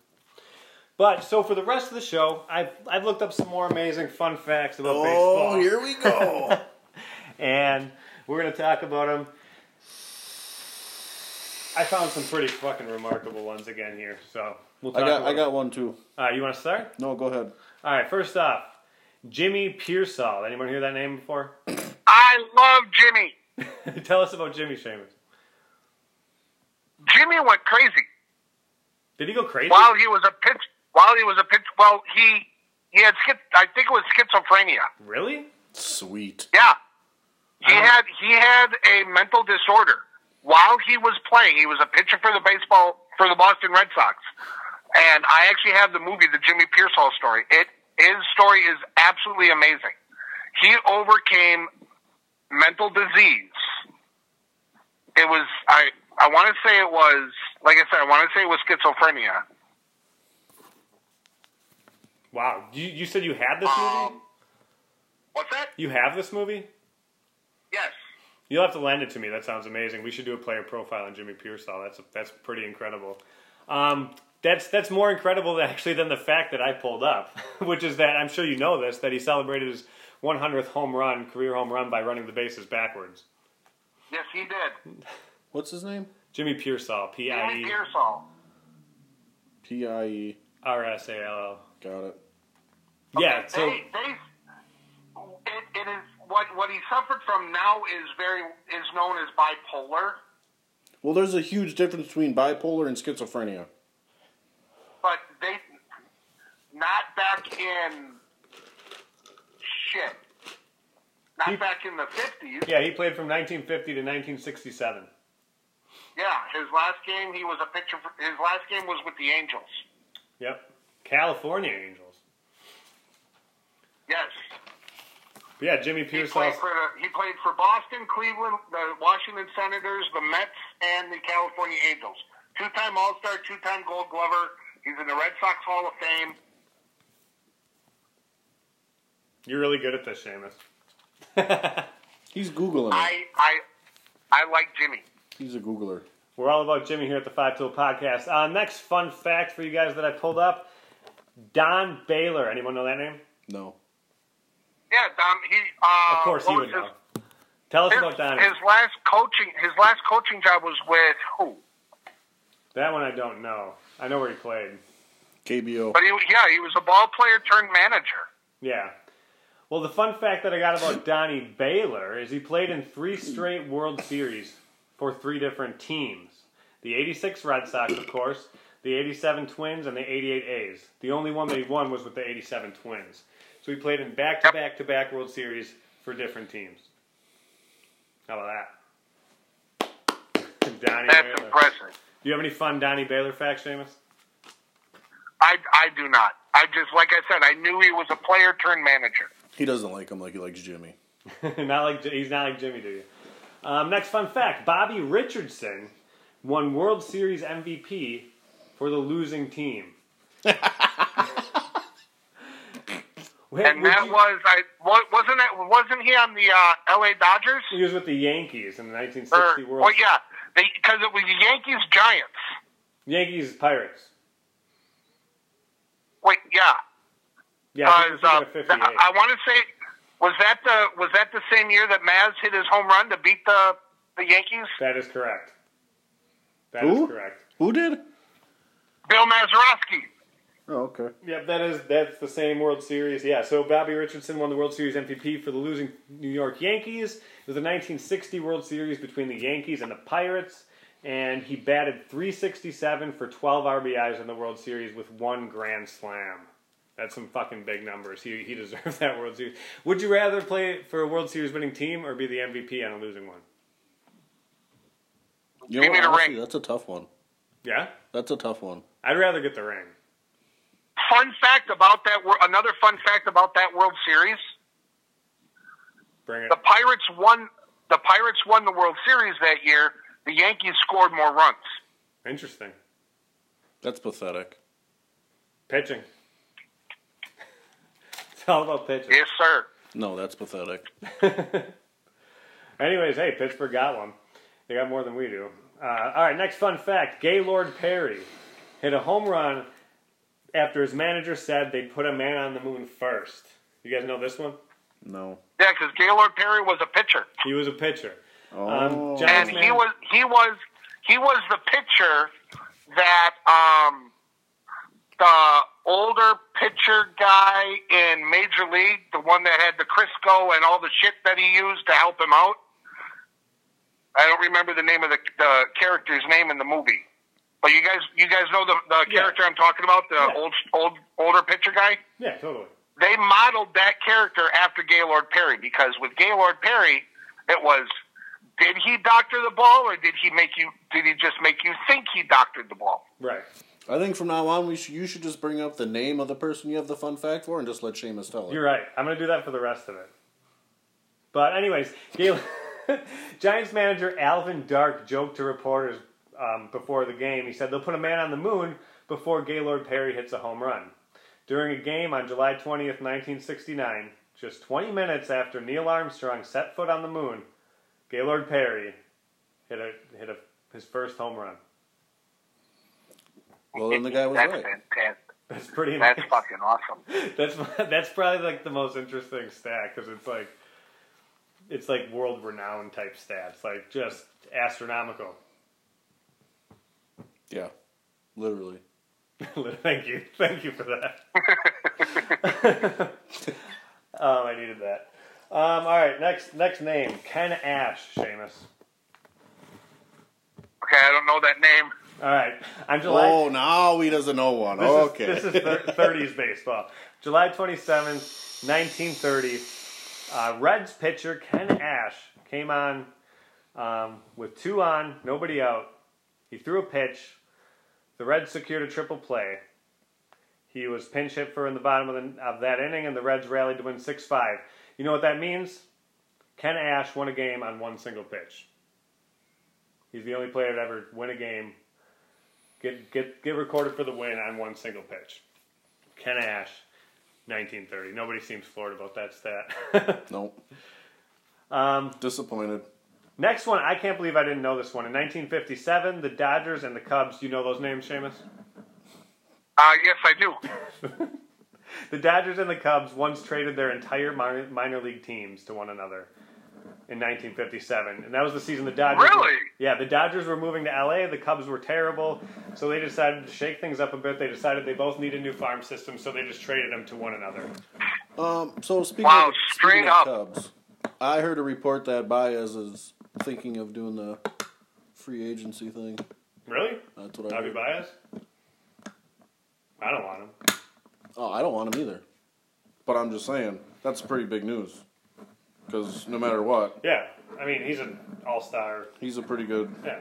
Speaker 1: But so for the rest of the show, I've I've looked up some more amazing fun facts about baseball,
Speaker 3: Oh, here we go.
Speaker 1: and we're gonna talk about them. I found some pretty fucking remarkable ones again here, so we'll
Speaker 3: I
Speaker 1: talk.
Speaker 3: got
Speaker 1: about
Speaker 3: I got one too.
Speaker 1: them. Uh, you want to start?
Speaker 3: No, go ahead.
Speaker 1: All right. First off, Jimmy Pearsall. Anyone hear that name before?
Speaker 2: I love Jimmy.
Speaker 1: Tell us about Jimmy Seamus.
Speaker 2: Jimmy went crazy.
Speaker 1: Did he go crazy?
Speaker 2: while he was a pitch while he was a pitch well he he had schiz I think it was schizophrenia.
Speaker 1: Really?
Speaker 3: Sweet.
Speaker 2: Yeah. He
Speaker 1: Uh-huh.
Speaker 2: had he had a mental disorder while he was playing. He was a pitcher for the baseball for the Boston Red Sox. And I actually have the movie, the Jimmy Pearsall story. It his story is absolutely amazing. He overcame mental disease. It was I I want to say it was like I said I want to say it was schizophrenia.
Speaker 1: Wow. You, you said you had this movie.
Speaker 2: What's that?
Speaker 1: You have this movie.
Speaker 2: Yes.
Speaker 1: You'll have to lend it to me. That sounds amazing. We should do a player profile on Jimmy Pearsall. That's that's pretty incredible. Um, that's that's more incredible than actually than the fact that I pulled up, which is that I'm sure you know this that he celebrated his 100th home run, career home run, by running the bases backwards.
Speaker 2: Yes, he did.
Speaker 3: What's his name?
Speaker 1: Jimmy Pearsall, P I
Speaker 2: Jimmy
Speaker 1: E
Speaker 2: Pearsall.
Speaker 3: P I E.
Speaker 1: R S A L L.
Speaker 3: Got it.
Speaker 1: Yeah. So
Speaker 2: They, they, it, it is what what he suffered from now is very is known as bipolar.
Speaker 3: Well, there's a huge difference between bipolar and schizophrenia.
Speaker 2: but they not back in shit. Not
Speaker 1: He-
Speaker 2: back in the fifties.
Speaker 1: Yeah, he played from 1950 to 1967.
Speaker 2: Yeah, his last game he was a picture. For, his last game was with the Angels.
Speaker 1: Yep. California Angels.
Speaker 2: Yes,
Speaker 1: But yeah, Jimmy
Speaker 2: he
Speaker 1: Pierce.
Speaker 2: played
Speaker 1: also-
Speaker 2: for the, he played for Boston, Cleveland, the Washington Senators, the Mets, and the California Angels. Two time All Star, two time Gold Glover. He's in the Red Sox Hall of Fame.
Speaker 1: You're really good at this, Seamus.
Speaker 3: He's Googling it.
Speaker 2: I I I like Jimmy.
Speaker 3: He's a Googler.
Speaker 1: We're all about Jimmy here at the Five Tool Podcast. Uh, next fun fact for you guys that I pulled up: Don Baylor. Anyone know that name?
Speaker 3: No.
Speaker 2: Yeah, Dom. He uh,
Speaker 1: Of course,
Speaker 2: what
Speaker 1: he
Speaker 2: was
Speaker 1: would
Speaker 2: his
Speaker 1: know. Tell us
Speaker 2: His,
Speaker 1: about Donnie.
Speaker 2: his last coaching, his last coaching job was with who?
Speaker 1: That one I don't know. I know where he played.
Speaker 3: KBO.
Speaker 2: But he, yeah, he was a ball player turned manager.
Speaker 1: Yeah. Well, the fun fact that I got about Donnie Baylor is he played in three straight World Series for three different teams. The 86 Red Sox, of course, the 87 Twins, and the 88 A's. The only one that he won was with the 87 Twins. So he played in back to back to back World Series for different teams. How about that? Donnie
Speaker 2: That's
Speaker 1: Baylor.
Speaker 2: impressive.
Speaker 1: Do you have any fun Donnie Baylor facts, Seamus?
Speaker 2: I I do not. I just like I said, I knew he was a player turned manager.
Speaker 3: He doesn't like him like he likes Jimmy.
Speaker 1: not like he's not like Jimmy, do you? Um, next fun fact: Bobby Richardson won World Series MVP for the losing team. Wait,
Speaker 2: And
Speaker 1: would
Speaker 2: that
Speaker 1: you-
Speaker 2: was I wa- wasn't that wasn't he on the uh, L.A. Dodgers?
Speaker 1: he was with the Yankees in the 1960
Speaker 2: Or,
Speaker 1: World.
Speaker 2: Er, well, yeah, because it was the Yankees Giants.
Speaker 1: Yankees Pirates.
Speaker 2: Wait, yeah.
Speaker 1: Yeah,
Speaker 2: Uh,
Speaker 1: I think
Speaker 2: is,
Speaker 1: he was
Speaker 2: uh,
Speaker 1: thinking of 58.
Speaker 2: I, want to say, was that the was that the same year that Maz hit his home run to beat the the Yankees?
Speaker 1: that is correct. That is
Speaker 3: Who?
Speaker 1: correct.
Speaker 3: Who did?
Speaker 2: Bill Mazeroski.
Speaker 3: Oh, okay.
Speaker 1: Yep, that is that's the same World Series. Yeah, so Bobby Richardson won the World Series MVP for the losing New York Yankees. It was the 1960 World Series between the Yankees and the Pirates, and he batted 367 for 12 RBIs in the World Series with one grand slam. That's some fucking big numbers. He he deserved that World Series. Would you rather play for a World Series winning team or be the MVP on a losing one?
Speaker 3: You
Speaker 2: Give
Speaker 3: know,
Speaker 2: me
Speaker 3: what,
Speaker 2: the
Speaker 3: honestly,
Speaker 2: ring.
Speaker 3: that's a tough one.
Speaker 1: Yeah,
Speaker 3: That's a tough one.
Speaker 1: I'd rather get the ring.
Speaker 2: Fun fact about that. wor- Another fun fact about that World Series:
Speaker 1: Bring it.
Speaker 2: the Pirates won. The Pirates won the World Series that year. The Yankees scored more runs.
Speaker 1: Interesting
Speaker 3: That's pathetic.
Speaker 1: pitching. It's all about pitching.
Speaker 2: Yes, sir.
Speaker 3: No, that's pathetic.
Speaker 1: Anyways, hey, Pittsburgh got one. They got more than we do. Uh, all right, next fun fact Gaylord Perry hit a home run after his manager said they'd put a man on the moon first. You guys know this one?
Speaker 3: No.
Speaker 2: Yeah, because Gaylord Perry was a pitcher,
Speaker 1: He was a pitcher.
Speaker 2: Um,
Speaker 1: Um,
Speaker 3: Oh.
Speaker 1: John-
Speaker 2: and
Speaker 1: Yes,
Speaker 2: he
Speaker 1: ma'am.
Speaker 2: was he was he was the pitcher that um the older pitcher guy in Major League, the one that had the Crisco and all the shit that he used to help him out. I don't remember the name of the, the character's name in the movie, but you guys, you guys know the, the
Speaker 1: Yeah.
Speaker 2: character I'm talking about, the
Speaker 1: Yeah.
Speaker 2: old, old, older pitcher guy.
Speaker 1: Yeah, totally.
Speaker 2: They modeled that character after Gaylord Perry because with Gaylord Perry, it was, did he doctor the ball or did he make you? Did he just make you think he doctored the ball?
Speaker 1: Right.
Speaker 3: I think from now on, we should, you should just bring up the name of the person you have the fun fact for and just let Seamus tell it.
Speaker 1: You're right. I'm going to do that for the rest of it. But, anyways, Gaylord, Giants manager Alvin Dark joked to reporters um, before the game. He said they'll put a man on the moon before Gaylord Perry hits a home run. During a game on July 20th, 1969, just 20 minutes after Neil Armstrong set foot on the moon, Gaylord Perry hit a hit a, his first home run.
Speaker 3: Well, then the guy was
Speaker 2: That's
Speaker 3: right.
Speaker 2: fantastic.
Speaker 1: That's pretty.
Speaker 2: That's
Speaker 1: amazing.
Speaker 2: fucking awesome.
Speaker 1: That's that's probably like the most interesting stat because it's like it's like world renowned type stats, like just astronomical.
Speaker 3: Yeah. Literally.
Speaker 1: thank you, thank you for that. um, I needed that. Um, all right, next next name Ken Ash, Seamus.
Speaker 2: Okay, I don't know that name.
Speaker 1: All right, on July
Speaker 3: Oh, now he doesn't know one.
Speaker 1: This
Speaker 3: okay.
Speaker 1: Is, this is thir- 30s baseball. July 27th, 1930, uh, Reds pitcher Ken Ash came on um, with two on, nobody out. He threw a pitch. The Reds secured a triple play. He was pinch hit for in the bottom of, the, of that inning, and the Reds rallied to win 6 5. You know what that means? Ken Ash won a game on one single pitch. He's the only player to ever win a game Get get get recorded for the win on one single pitch. Ken Ash, 1930. Nobody seems floored about that stat.
Speaker 3: nope.
Speaker 1: um,
Speaker 3: Disappointed.
Speaker 1: next one, I can't believe I didn't know this one. In 1957, the Dodgers and the Cubs. You know those names, Seamus?
Speaker 2: Uh, yes, I do.
Speaker 1: The Dodgers and the Cubs once traded their entire minor, minor league teams to one another in 1957, and that was the season the Dodgers.
Speaker 2: Really?
Speaker 1: yeah, the Dodgers were moving to LA. The Cubs were terrible, so they decided to shake things up a bit. They decided they both need a new farm system, so they just traded them to one another.
Speaker 3: Um, so speaking,
Speaker 2: Wow,
Speaker 3: of,
Speaker 2: straight
Speaker 3: speaking
Speaker 2: up.
Speaker 3: of Cubs, I heard a report that Baez is thinking of doing the free agency thing.
Speaker 1: Really?
Speaker 3: That's what I
Speaker 1: Javi
Speaker 3: heard.
Speaker 1: Baez? I don't want him.
Speaker 3: Oh, I don't want him either. But I'm just saying, that's pretty big news. Because no matter what,
Speaker 1: Yeah, I mean he's an all-star.
Speaker 3: he's a pretty good
Speaker 1: Yeah,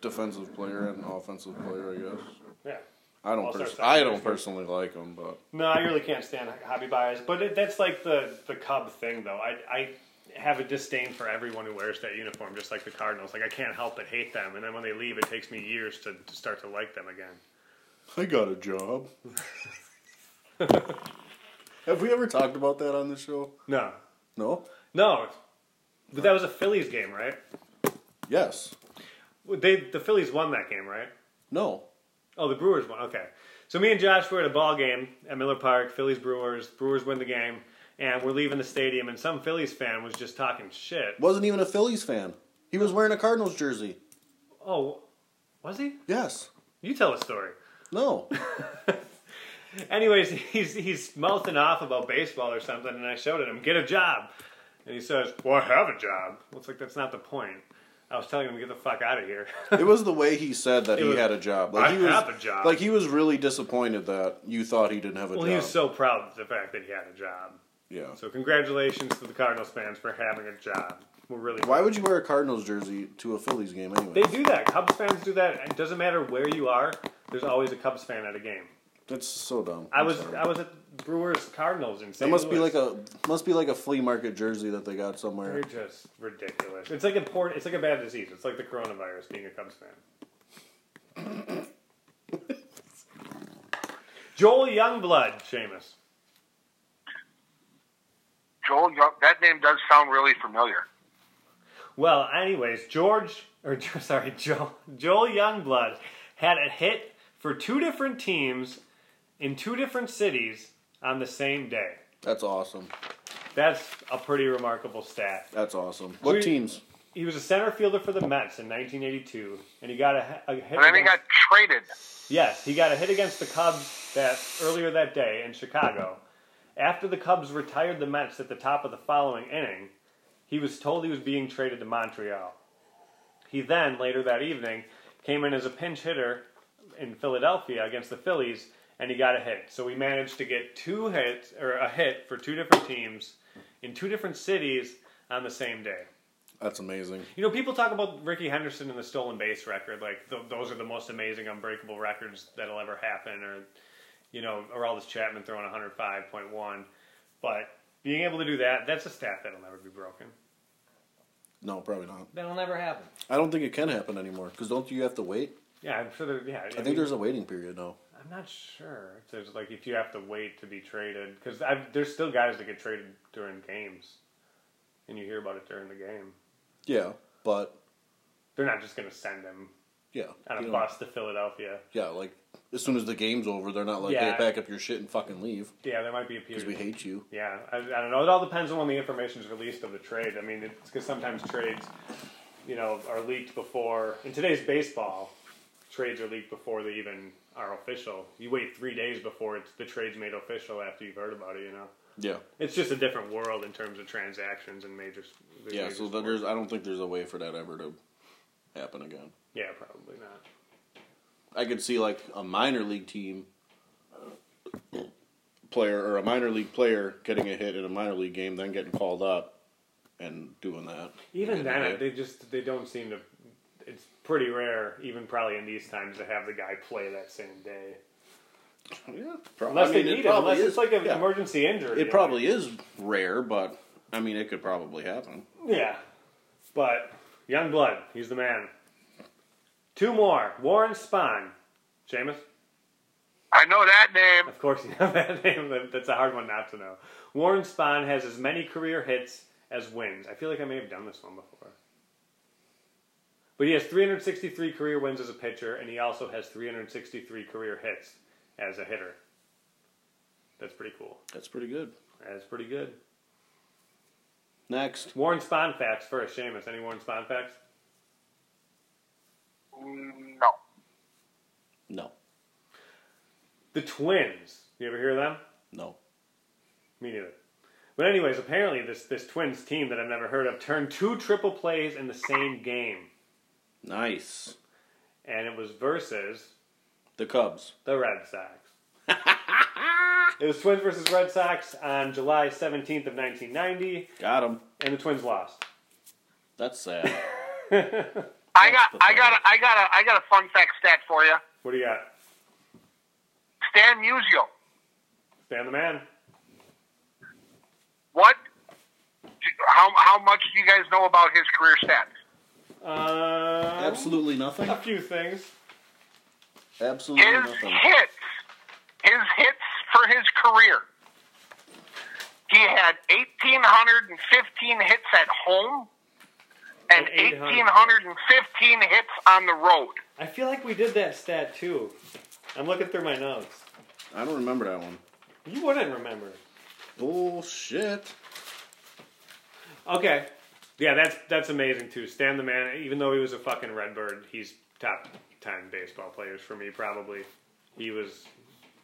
Speaker 3: defensive player and offensive player, I guess.
Speaker 1: yeah.
Speaker 3: I don't,
Speaker 1: All-star
Speaker 3: pers-
Speaker 1: second
Speaker 3: I don't
Speaker 1: baseman.
Speaker 3: personally like him, but
Speaker 1: No, I really can't stand Javi Baez, but it, that's like the the Cub thing, though. I I have a disdain for everyone who wears that uniform, just like the Cardinals. Like I can't help but hate them, and then when they leave, it takes me years to, to start to like them again.
Speaker 3: I got a job. Have we ever talked about that on the show?
Speaker 1: No,
Speaker 3: No.
Speaker 1: no, but that was a Phillies game, right?
Speaker 3: Yes.
Speaker 1: They the Phillies won that game, right?
Speaker 3: No.
Speaker 1: Oh, the Brewers won. Okay. So me and Josh were at a ball game at Miller Park, Phillies Brewers. Brewers win the game, and we're leaving the stadium, and some Phillies fan was just talking shit.
Speaker 3: Wasn't even a Phillies fan. He was wearing a Cardinals jersey.
Speaker 1: Oh, was he?
Speaker 3: Yes.
Speaker 1: You tell the story.
Speaker 3: No.
Speaker 1: Anyways, he's he's mouthing off about baseball or something, and I showed it him, get a job. And he says, Well, I have a job. Well, it's like that's not the point. I was telling him to get the fuck out of here.
Speaker 3: it was the way he said that
Speaker 1: It
Speaker 3: he
Speaker 1: was-
Speaker 3: had a job.
Speaker 1: I
Speaker 3: he was,
Speaker 1: have a job.
Speaker 3: Like he was really disappointed that you thought he didn't have a
Speaker 1: well,
Speaker 3: job.
Speaker 1: he was so proud of the fact that he had a job.
Speaker 3: yeah.
Speaker 1: So congratulations to the Cardinals fans for having a job. We're really
Speaker 3: Why would you wear a Cardinals jersey to a Phillies game anyway?
Speaker 1: They do that. Cubs fans do that. It doesn't matter where you are. There's always a Cubs fan at a game.
Speaker 3: That's so dumb.
Speaker 1: I
Speaker 3: I'm
Speaker 1: was
Speaker 3: sorry.
Speaker 1: I was at Brewers Cardinals in
Speaker 3: That
Speaker 1: St.
Speaker 3: must be
Speaker 1: Louis.
Speaker 3: like a must be like a flea market jersey that they got somewhere.
Speaker 1: You're just ridiculous. It's like a poor, It's like a bad disease. It's like the coronavirus. Being a Cubs fan. Joel Youngblood, Seamus.
Speaker 2: Joel Young. That name does sound really familiar.
Speaker 1: Well, anyways, George or sorry, Joel Joel Youngblood had a hit for two different teams in two different cities on the same day.
Speaker 3: That's awesome.
Speaker 1: That's a pretty remarkable stat.
Speaker 3: That's awesome. What
Speaker 1: We-
Speaker 3: teams?
Speaker 1: He was a center fielder for the Mets in 1982, and he got a, a hit.
Speaker 2: And then he
Speaker 1: against-
Speaker 2: got traded.
Speaker 1: yes, he got a hit against the Cubs that earlier that day in Chicago. After the Cubs retired the Mets at the top of the following inning, he was told he was being traded to Montreal. He then later that evening came in as a pinch hitter in Philadelphia against the Phillies, and he got a hit. So we managed to get two hits or a hit for two different teams in two different cities on the same day.
Speaker 3: That's amazing.
Speaker 1: You know, people talk about Ricky Henderson and the stolen base record. Like th- those are the most amazing unbreakable records that'll ever happen, or you know, or all this Chapman throwing 105.1. But being able to do that—that's a stat that'll never be broken.
Speaker 3: No, probably not.
Speaker 1: That'll never happen.
Speaker 3: I don't think it can happen anymore because don't you have to wait?
Speaker 1: Yeah, I'm sure. There, yeah,
Speaker 3: I think there's a waiting period now.
Speaker 1: I'm not sure if there's like if you have to wait to be traded because there's still guys that get traded during games, and you hear about it during the game.
Speaker 3: Yeah, but
Speaker 1: They're not just going to send him
Speaker 3: yeah,
Speaker 1: on a
Speaker 3: you know,
Speaker 1: bus to Philadelphia.
Speaker 3: yeah. Like as soon as the game's over, they're not like,
Speaker 1: Yeah.
Speaker 3: hey, pack up your shit and fucking leave
Speaker 1: Yeah, there might be a period.
Speaker 3: because we hate you.
Speaker 1: Yeah, I, I don't know. It all depends on when the information is released of the trade. I mean, it's because sometimes trades, you know, are leaked before. In today's baseball, trades are leaked before they even are official. You wait three days before it's, the trade's made official after you've heard about it. You know,
Speaker 3: Yeah.
Speaker 1: It's just a different world in terms of transactions and major. the
Speaker 3: Yeah,
Speaker 1: major
Speaker 3: so
Speaker 1: sports.
Speaker 3: there's I don't think there's a way for that ever to happen again.
Speaker 1: yeah, probably not.
Speaker 3: I could see like a minor league team player or a minor league player getting a hit in a minor league game, then getting called up and doing that.
Speaker 1: Even
Speaker 3: Getting
Speaker 1: then,
Speaker 3: hit.
Speaker 1: they just they don't seem to. It's pretty rare, even probably in these times, to have the guy play that same day.
Speaker 3: yeah, prob-
Speaker 1: Unless
Speaker 3: I mean,
Speaker 1: they need
Speaker 3: it
Speaker 1: him,
Speaker 3: probably
Speaker 1: unless
Speaker 3: is,
Speaker 1: it's like an
Speaker 3: yeah.
Speaker 1: emergency injury.
Speaker 3: It probably is rare, but I mean, it could probably happen.
Speaker 1: Yeah, but young blood, he's the man. Two more: Warren Spahn, Seamus.
Speaker 2: I know that name.
Speaker 1: Of course, you know that name. but That's a hard one not to know. Warren Spahn has as many career hits as wins. I feel like I may have done this one before. But he has 363 career wins as a pitcher, and he also has 363 career hits as a hitter. That's pretty cool.
Speaker 3: That's pretty good.
Speaker 1: That's pretty good.
Speaker 3: Next,
Speaker 1: Warren Spahn facts first. Seamus, any Warren Spahn facts?
Speaker 2: Mm, No.
Speaker 3: no,
Speaker 1: The Twins. You ever hear of them?
Speaker 3: no.
Speaker 1: Me neither. But anyways, apparently this this Twins team that I've never heard of turned two triple plays in the same game,
Speaker 3: Nice.
Speaker 1: and it was versus
Speaker 3: The Cubs.
Speaker 1: the Red Sox. it was Twins versus Red Sox on July 17th of 1990,
Speaker 3: Got them.
Speaker 1: and the Twins lost.
Speaker 3: That's sad.
Speaker 2: I got,
Speaker 3: the
Speaker 2: I got, a, I got, a, I got a fun fact stat for you.
Speaker 1: What do you got?
Speaker 2: Stan Musial.
Speaker 1: Stan the man.
Speaker 2: What? How how much do you guys know about his career stats?
Speaker 1: Um,
Speaker 3: Absolutely nothing.
Speaker 1: A few things.
Speaker 3: Absolutely
Speaker 2: His
Speaker 3: nothing.
Speaker 2: hits, his hits for his career. He had eighteen hundred and fifteen hits at home,
Speaker 1: And
Speaker 2: and eighteen
Speaker 1: 800.
Speaker 2: hundred and fifteen hits on the road.
Speaker 1: I feel like we did that stat too. I'm looking through my notes.
Speaker 3: I don't remember that one.
Speaker 1: You wouldn't remember.
Speaker 3: Bullshit.
Speaker 1: Okay. Yeah, that's that's amazing too. Stan the man, even though he was a fucking Redbird, he's top ten baseball players for me probably. He was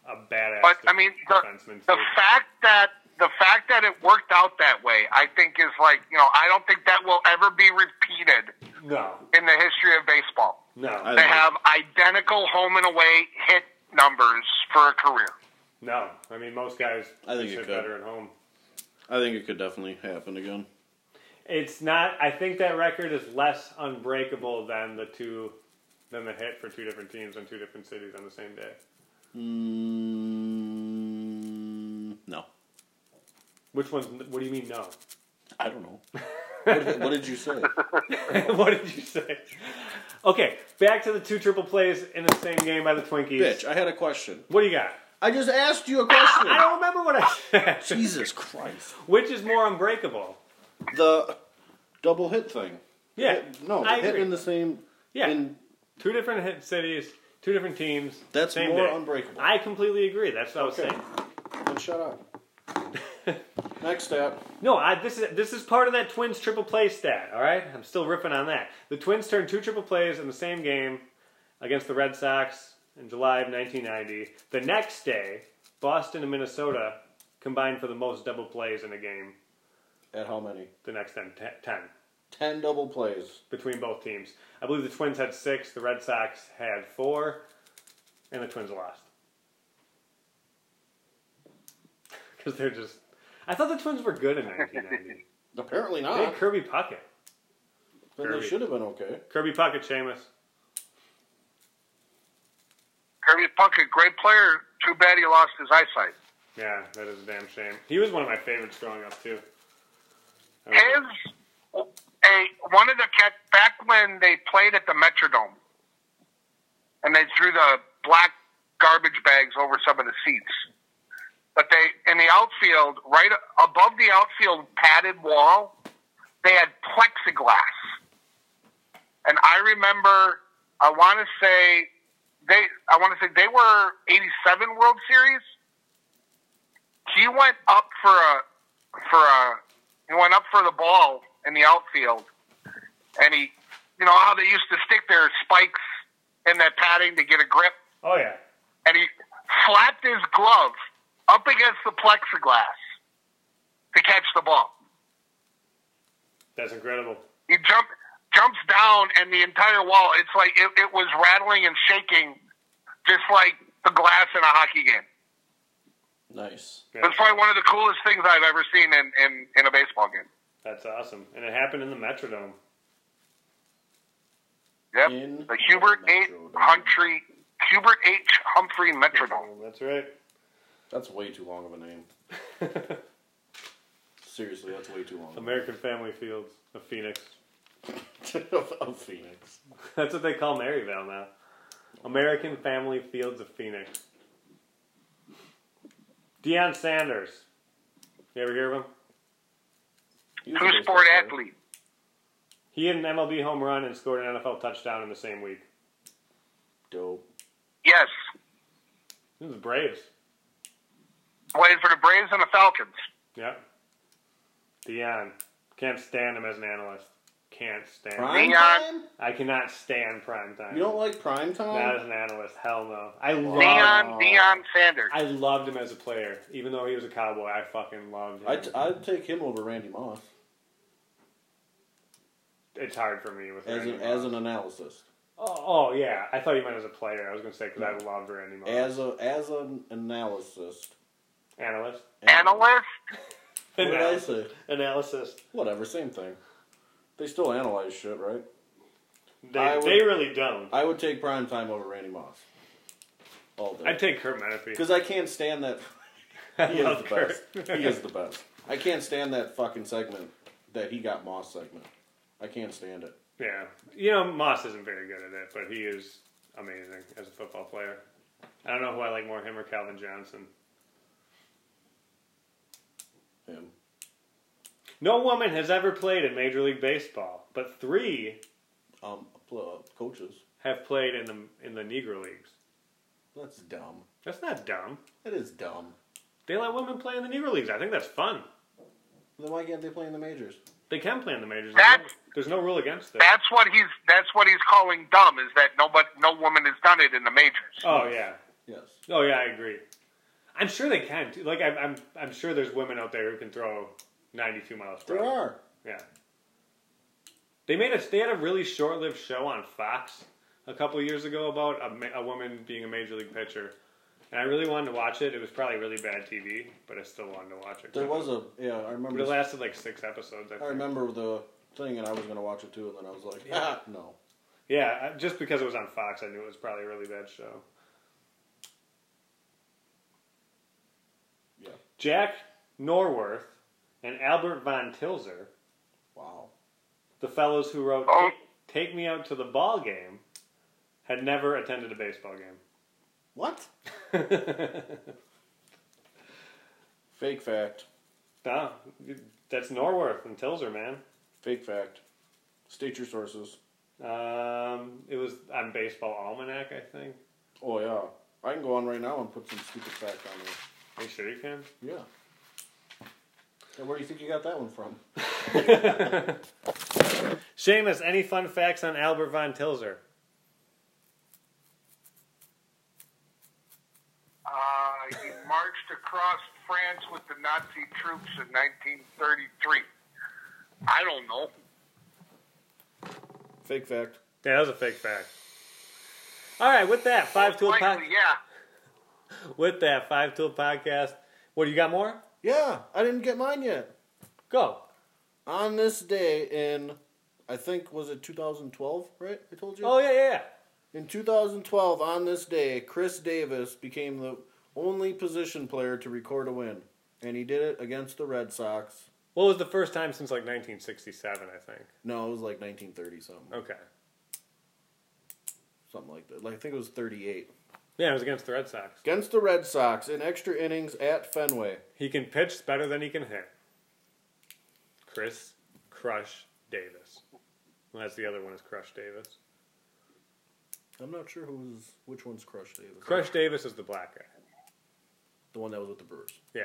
Speaker 1: a badass.
Speaker 2: But I mean, the,
Speaker 1: defenseman
Speaker 2: the
Speaker 1: too.
Speaker 2: fact that the fact that it worked out that way, I think is like you know, I don't think that will ever be repeated
Speaker 1: no,
Speaker 2: in the history of baseball.
Speaker 1: no,
Speaker 3: I-
Speaker 2: They have identical home and away hit numbers for a career.
Speaker 1: no. I mean, most guys
Speaker 3: I think
Speaker 1: just
Speaker 3: it
Speaker 1: hit
Speaker 3: could.
Speaker 1: better at home.
Speaker 3: I think it could definitely happen again.
Speaker 1: It's not. I think that record is less unbreakable than the two, than the hit for two different teams in two different cities on the same day.
Speaker 3: Mm, no.
Speaker 1: Which one's? What do you mean no?
Speaker 3: I don't know. what, did, what did you say?
Speaker 1: what did you say? Okay, back to the two triple plays in the same game by the Twinkies.
Speaker 3: Bitch, I had a question.
Speaker 1: What do you got?
Speaker 3: I just asked you a question.
Speaker 1: I don't remember what I said.
Speaker 3: Jesus Christ.
Speaker 1: Which is more unbreakable?
Speaker 3: The double hit thing.
Speaker 1: Yeah.
Speaker 3: No,
Speaker 1: I
Speaker 3: the hit
Speaker 1: agree.
Speaker 3: in the same.
Speaker 1: yeah.
Speaker 3: in-
Speaker 1: two different hit cities, two different teams.
Speaker 3: That's
Speaker 1: same
Speaker 3: more
Speaker 1: day.
Speaker 3: unbreakable.
Speaker 1: I completely agree. That's what I
Speaker 3: Okay.
Speaker 1: was saying.
Speaker 3: Then shut up. Next step.
Speaker 1: No, I, this is this is part of that Twins triple play stat. All right, I'm still riffing on that. The Twins turned two triple plays in the same game against the Red Sox in July of 1990. The next day, Boston and Minnesota combined for the most double plays in a game.
Speaker 3: At how many?
Speaker 1: The next time, te- ten
Speaker 3: Ten double plays.
Speaker 1: between both teams. I believe the Twins had six, the Red Sox had four, and the Twins lost. Because they're just. I thought the Twins were good in 1990.
Speaker 3: Apparently
Speaker 1: they
Speaker 3: not.
Speaker 1: had Kirby Puckett.
Speaker 3: Then they
Speaker 1: Kirby.
Speaker 3: should have been okay.
Speaker 1: Kirby Puckett, Seamus.
Speaker 2: Kirby Puckett, great player. Too bad he lost his eyesight.
Speaker 1: Yeah, that is a damn shame. He was one of my favorites growing up, too. I remember-
Speaker 2: His a one of the cat back when they played at the Metrodome, and they threw the black garbage bags over some of the seats. But they in the outfield, right above the outfield padded wall, they had plexiglass, and I remember. I want to say they. I want to say they were '87 World Series. He went up for a for a he went up for the ball in the outfield, and he, you know how they used to stick their spikes in that padding to get a grip,
Speaker 1: Oh, yeah.
Speaker 2: and he slapped his glove up against the plexiglass, to catch the ball.
Speaker 1: That's incredible.
Speaker 2: He jump jumps down, and the entire wall. It's like it, it was rattling and shaking, just like the glass in a hockey game.
Speaker 3: Nice.
Speaker 1: Yeah,
Speaker 2: It's probably one of the coolest things I've ever seen in, in, in a baseball game.
Speaker 1: That's awesome. And it happened in the Metrodome.
Speaker 2: Yep,
Speaker 3: In
Speaker 2: the Hubert
Speaker 3: the
Speaker 2: H.
Speaker 3: Metrodome.
Speaker 2: Humphrey Hubert H. Humphrey Metrodome.
Speaker 1: That's right.
Speaker 3: That's way too long of a name. Seriously, that's way too long.
Speaker 1: American Family Fields of Phoenix.
Speaker 3: of, of Phoenix.
Speaker 1: That's what they call Maryvale now. American Family Fields of Phoenix. Deion Sanders. You ever hear of him?
Speaker 3: He was a
Speaker 2: Two
Speaker 3: baseball
Speaker 2: sport
Speaker 3: player.
Speaker 2: athlete.
Speaker 1: He hit an MLB home run and scored an NFL touchdown in the same week.
Speaker 3: Dope.
Speaker 2: Yes,
Speaker 1: He was the Braves.
Speaker 2: played for the Braves and the Falcons.
Speaker 1: Yep. Deion. Can't stand him as an analyst. Can't stand him.
Speaker 3: Prime
Speaker 2: Neon.
Speaker 3: time?
Speaker 1: I cannot stand prime time.
Speaker 3: You don't like prime
Speaker 1: Not
Speaker 3: time?
Speaker 1: as an analyst. Hell no. I loved,
Speaker 2: Dion Dion Sanders.
Speaker 1: I loved him as a player. Even though he was a cowboy, I fucking loved him.
Speaker 3: I t- I'd take him over Randy Moss
Speaker 1: it's hard for me with
Speaker 3: as
Speaker 1: Randy
Speaker 3: an as
Speaker 1: Moss.
Speaker 3: an analysis.
Speaker 1: Oh, oh, yeah, I thought you meant as a player. I was gonna say because I loved Randy Moss.
Speaker 3: As a as an analysis.
Speaker 1: analyst,
Speaker 2: Analyst.
Speaker 3: What did I
Speaker 1: Analyst.
Speaker 3: say?
Speaker 1: analysis.
Speaker 3: Whatever, same thing. They still analyze shit, right?
Speaker 1: They,
Speaker 3: I would-
Speaker 1: they really don't.
Speaker 3: I would take prime time over Randy Moss. All day.
Speaker 1: I'd take Kurt Menefee.
Speaker 3: Because I can't stand that.
Speaker 1: I
Speaker 3: He is
Speaker 1: love
Speaker 3: the
Speaker 1: Kurt.
Speaker 3: best. He is the best. I can't stand that fucking segment that he got Moss segment. I can't stand it.
Speaker 1: yeah, you know Moss isn't very good at it, but he is amazing as a football player. I don't know who I like more, him or Calvin Johnson.
Speaker 3: Him.
Speaker 1: No woman has ever played in Major League Baseball, but three
Speaker 3: Um, pl- uh, coaches.
Speaker 1: have played in the in the Negro leagues.
Speaker 3: That's dumb.
Speaker 1: That's not dumb.
Speaker 3: That is dumb.
Speaker 1: They let women play in the Negro leagues. I think that's fun.
Speaker 3: Then why can't they play in the majors?
Speaker 1: They can play in the majors.
Speaker 2: That's-
Speaker 1: There's no rule against it.
Speaker 2: That's what he's. That's what he's calling dumb. Is that nobody, no woman has done it in the majors.
Speaker 1: Oh yeah.
Speaker 3: Yes.
Speaker 1: Oh yeah, I agree. I'm sure they can. Too. Like I'm, I'm, I'm sure there's women out there who can throw 92 miles per
Speaker 3: There
Speaker 1: hour.
Speaker 3: are.
Speaker 1: Yeah. They made a. They had a really short-lived show on Fox a couple of years ago about a, ma- a woman being a major league pitcher, and I really wanted to watch it. It was probably really bad TV, but I still wanted to watch it.
Speaker 3: There was a yeah. I
Speaker 1: But it
Speaker 3: remember.
Speaker 1: lasted like six episodes. I,
Speaker 3: I
Speaker 1: think.
Speaker 3: remember the thing, and I was gonna watch it too, and then I was like,
Speaker 1: Yeah.
Speaker 3: no.
Speaker 1: Yeah, I- just because it was on Fox, I knew it was probably a really bad show.
Speaker 3: Yeah.
Speaker 1: Jack Norworth and Albert Von Tilzer,
Speaker 3: Wow.
Speaker 1: the fellows who wrote
Speaker 2: Oh.
Speaker 1: Take Me Out to the Ball Game, had never attended a baseball
Speaker 3: What?
Speaker 1: game.
Speaker 3: Fake fact.
Speaker 1: no, that's Norworth and Tilzer, man.
Speaker 3: Fake fact. State your sources.
Speaker 1: Um, it was on Baseball Almanac, I think.
Speaker 3: Oh yeah. I can go on right now and put some stupid fact on there.
Speaker 1: Are you sure you can?
Speaker 3: Yeah. And where do you think you got that one from?
Speaker 1: Seamus, any fun facts on Albert Von Tilzer?
Speaker 2: Uh, he marched across France with the Nazi troops in 1933. I don't know.
Speaker 3: Fake fact.
Speaker 1: Yeah, that was a fake fact. All right, with that five tool
Speaker 2: Most
Speaker 1: podcast.
Speaker 2: likely, yeah.
Speaker 1: With that five tool podcast. What you got more?
Speaker 3: Yeah, I didn't get mine yet.
Speaker 1: Go.
Speaker 3: On this day in, I think was it 2012, right? I told you.
Speaker 1: Oh yeah, yeah. yeah.
Speaker 3: In 2012, on this day, Chris Davis became the only position player to record a win, and he did it against the Red Sox.
Speaker 1: What was the first time since like 1967? I think.
Speaker 3: No, it was like 1930 something,
Speaker 1: Okay.
Speaker 3: something like that. Like, I think it was 38.
Speaker 1: Yeah, it was against the Red Sox.
Speaker 3: Against the Red Sox in extra innings at Fenway.
Speaker 1: He can pitch better than he can hit. Chris Crush Davis. Well, that's the other one is Crush Davis.
Speaker 3: I'm not sure who's which one's Crush Davis.
Speaker 1: Crush Davis is the black guy.
Speaker 3: the one that was with the Brewers.
Speaker 1: Yeah,